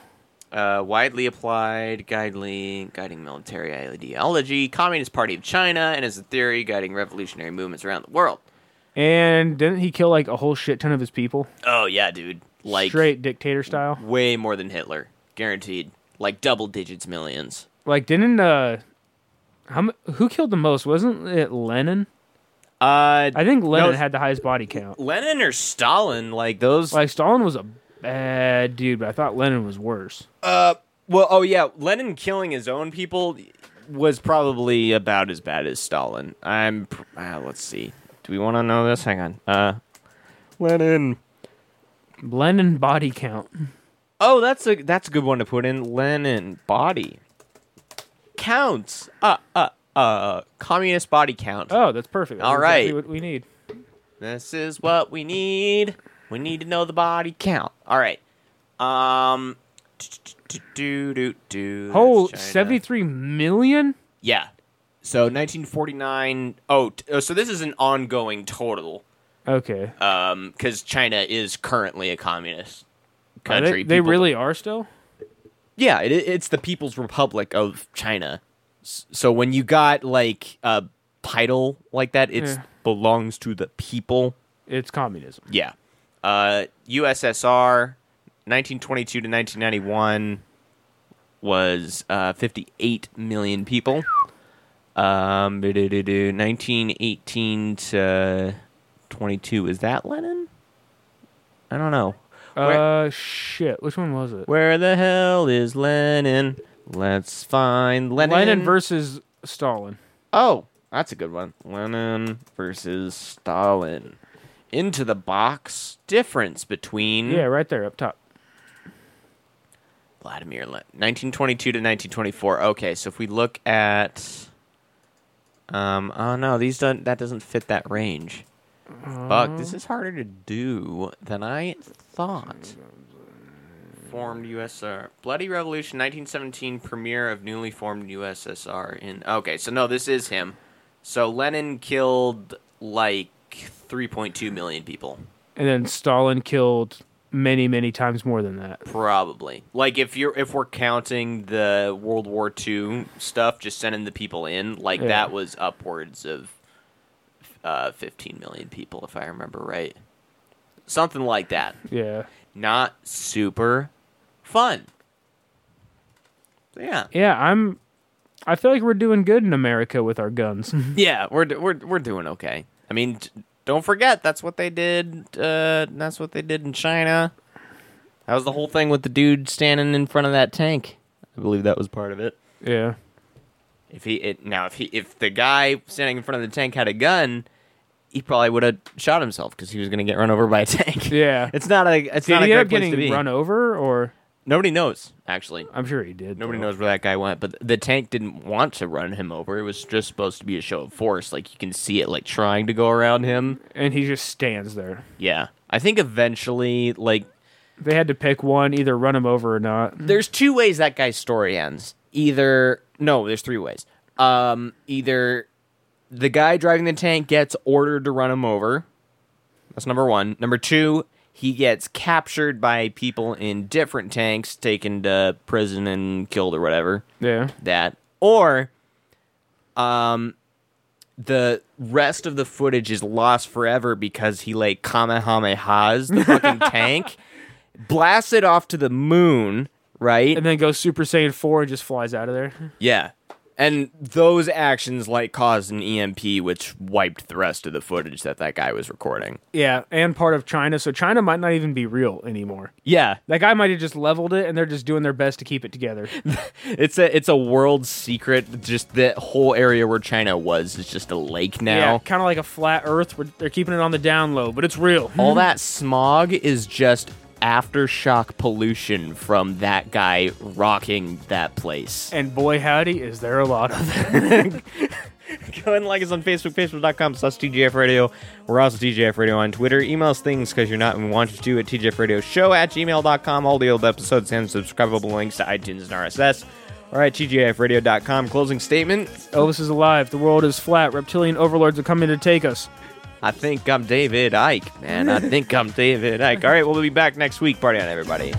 Uh, widely applied, guiding guiding military ideology. Communist Party of China, and as a theory guiding revolutionary movements around the world.
And didn't he kill like a whole shit ton of his people?
Oh yeah, dude. Like
Straight dictator style.
way more than Hitler, guaranteed. Like double digits millions.
Like, didn't uh, how mu- who killed the most? Wasn't it Lenin?
Uh,
I think Lenin
No,
had the highest body count.
Lenin or Stalin, like those.
Like Stalin was a bad dude, but I thought Lenin was worse.
well, oh yeah, Lenin killing his own people was probably about as bad as Stalin. I'm. pr- Uh, let's see. Do we want to know this? Hang on. Uh, Lenin.
Lenin body count.
Oh, that's a that's a good one to put in. Lenin body counts. Uh, uh, uh, communist body count.
Oh, that's perfect. That's
All right.
exactly what we need.
This is what we need. We need to know the body count. All right. Um. Do do do. that's
Oh,
China.
73 million?
Yeah. So 1949. Oh, t- oh, so this is an ongoing total.
Okay.
Um, because China is currently a communist
Are they-
country.
they
People-
really are still?
Yeah, it, it's the People's Republic of China. S- So when you got like a title like that, it
Yeah.
belongs to the people.
It's communism.
Yeah. Uh, USSR, 1922 to 1991, was uh, 58 million people. Um, ba-da-da-da, 1918 to 22. Is that Lenin? I don't know. Where-
Uh, shit. Which one was it?
where the hell is Lenin? Let's find Lenin.
Lenin versus Stalin.
Oh, that's a good one. Lenin versus Stalin. Into the box. Difference between
Yeah, right there up top.
Vladimir Lenin, 1922 to 1924. Okay, so if we look at, um, oh no, these don't. That doesn't fit that range. Fuck, this is harder to do than I thought. Formed USSR, bloody revolution, 1917, premiere of newly formed USSR. In okay, so no, this is him. So Lenin killed like 3.2 million people.
And then Stalin killed many, many times more than that.
Probably. Like if you're if we're counting the World War II stuff, just sending the people in, like
Yeah.
that was upwards of uh, 15 million people, if I remember right. Something like [LAUGHS] that.
Yeah.
Not super fun. So, yeah.
Yeah, I'm. I feel like we're doing good in America with our guns. [LAUGHS]
Yeah, we're do- we're we're doing okay. I mean, t- don't forget that's what they did. Uh, that's what they did in China. That was the whole thing with the dude standing in front of that tank. I believe that was part of it.
yeah.
If he it, now if he if the guy standing in front of the tank had a gun, he probably would have shot himself because he was going to get run over by a [LAUGHS] tank.
Yeah.
it's not a it's
Did
not a
he end
great
up
place to
getting
be.
run over, or
Nobody knows actually.
I'm sure he did.
Nobody
though.
knows where that guy went, but the tank didn't want to run him over. It was just supposed to be a show of force. Like you can see it, like trying to go around him.
And he just stands there.
Yeah. I think eventually, like,
They had to pick one, either run him over or not.
Mm-hmm. there's two ways that guy's story ends. Either, no, there's three ways. Um, either the guy driving the tank gets ordered to run him over. That's number one. Number two, he gets captured by people in different tanks, taken to prison and killed or whatever.
Yeah.
that or um the rest of the footage is lost forever because he like kamehamehas the fucking
[LAUGHS]
tank blasts it off to the moon right
And then goes Super Saiyan 4 and just flies out of there.
yeah and those actions like caused an emp which wiped the rest of the footage that that guy was recording
Yeah. And part of China. So China might not even be real anymore.
yeah
That guy might have just leveled it and they're just doing their best to keep it together.
it's a it's a world secret just the whole area where china was is just a lake now
Yeah. Kind of like a flat earth where they're keeping it on the down low, but it's real.
all that smog is just aftershock pollution from that guy rocking that place.
And boy, howdy, is there a lot of it.
[LAUGHS] Go and like us on Facebook, facebook.com slash TGF Radio. We're also TGF Radio on Twitter. Email us things because you're not and want you to at TGF Radio Show at gmail.com. All the old episodes and subscribable links to iTunes and RSS. All right, TGFradio.com. Closing statement.
Elvis is alive. The world is flat. Reptilian overlords are coming to take us.
I [LAUGHS] think I'm David Ike, man. I think I'm David Ike. All right, we'll be back next week. Party on, everybody.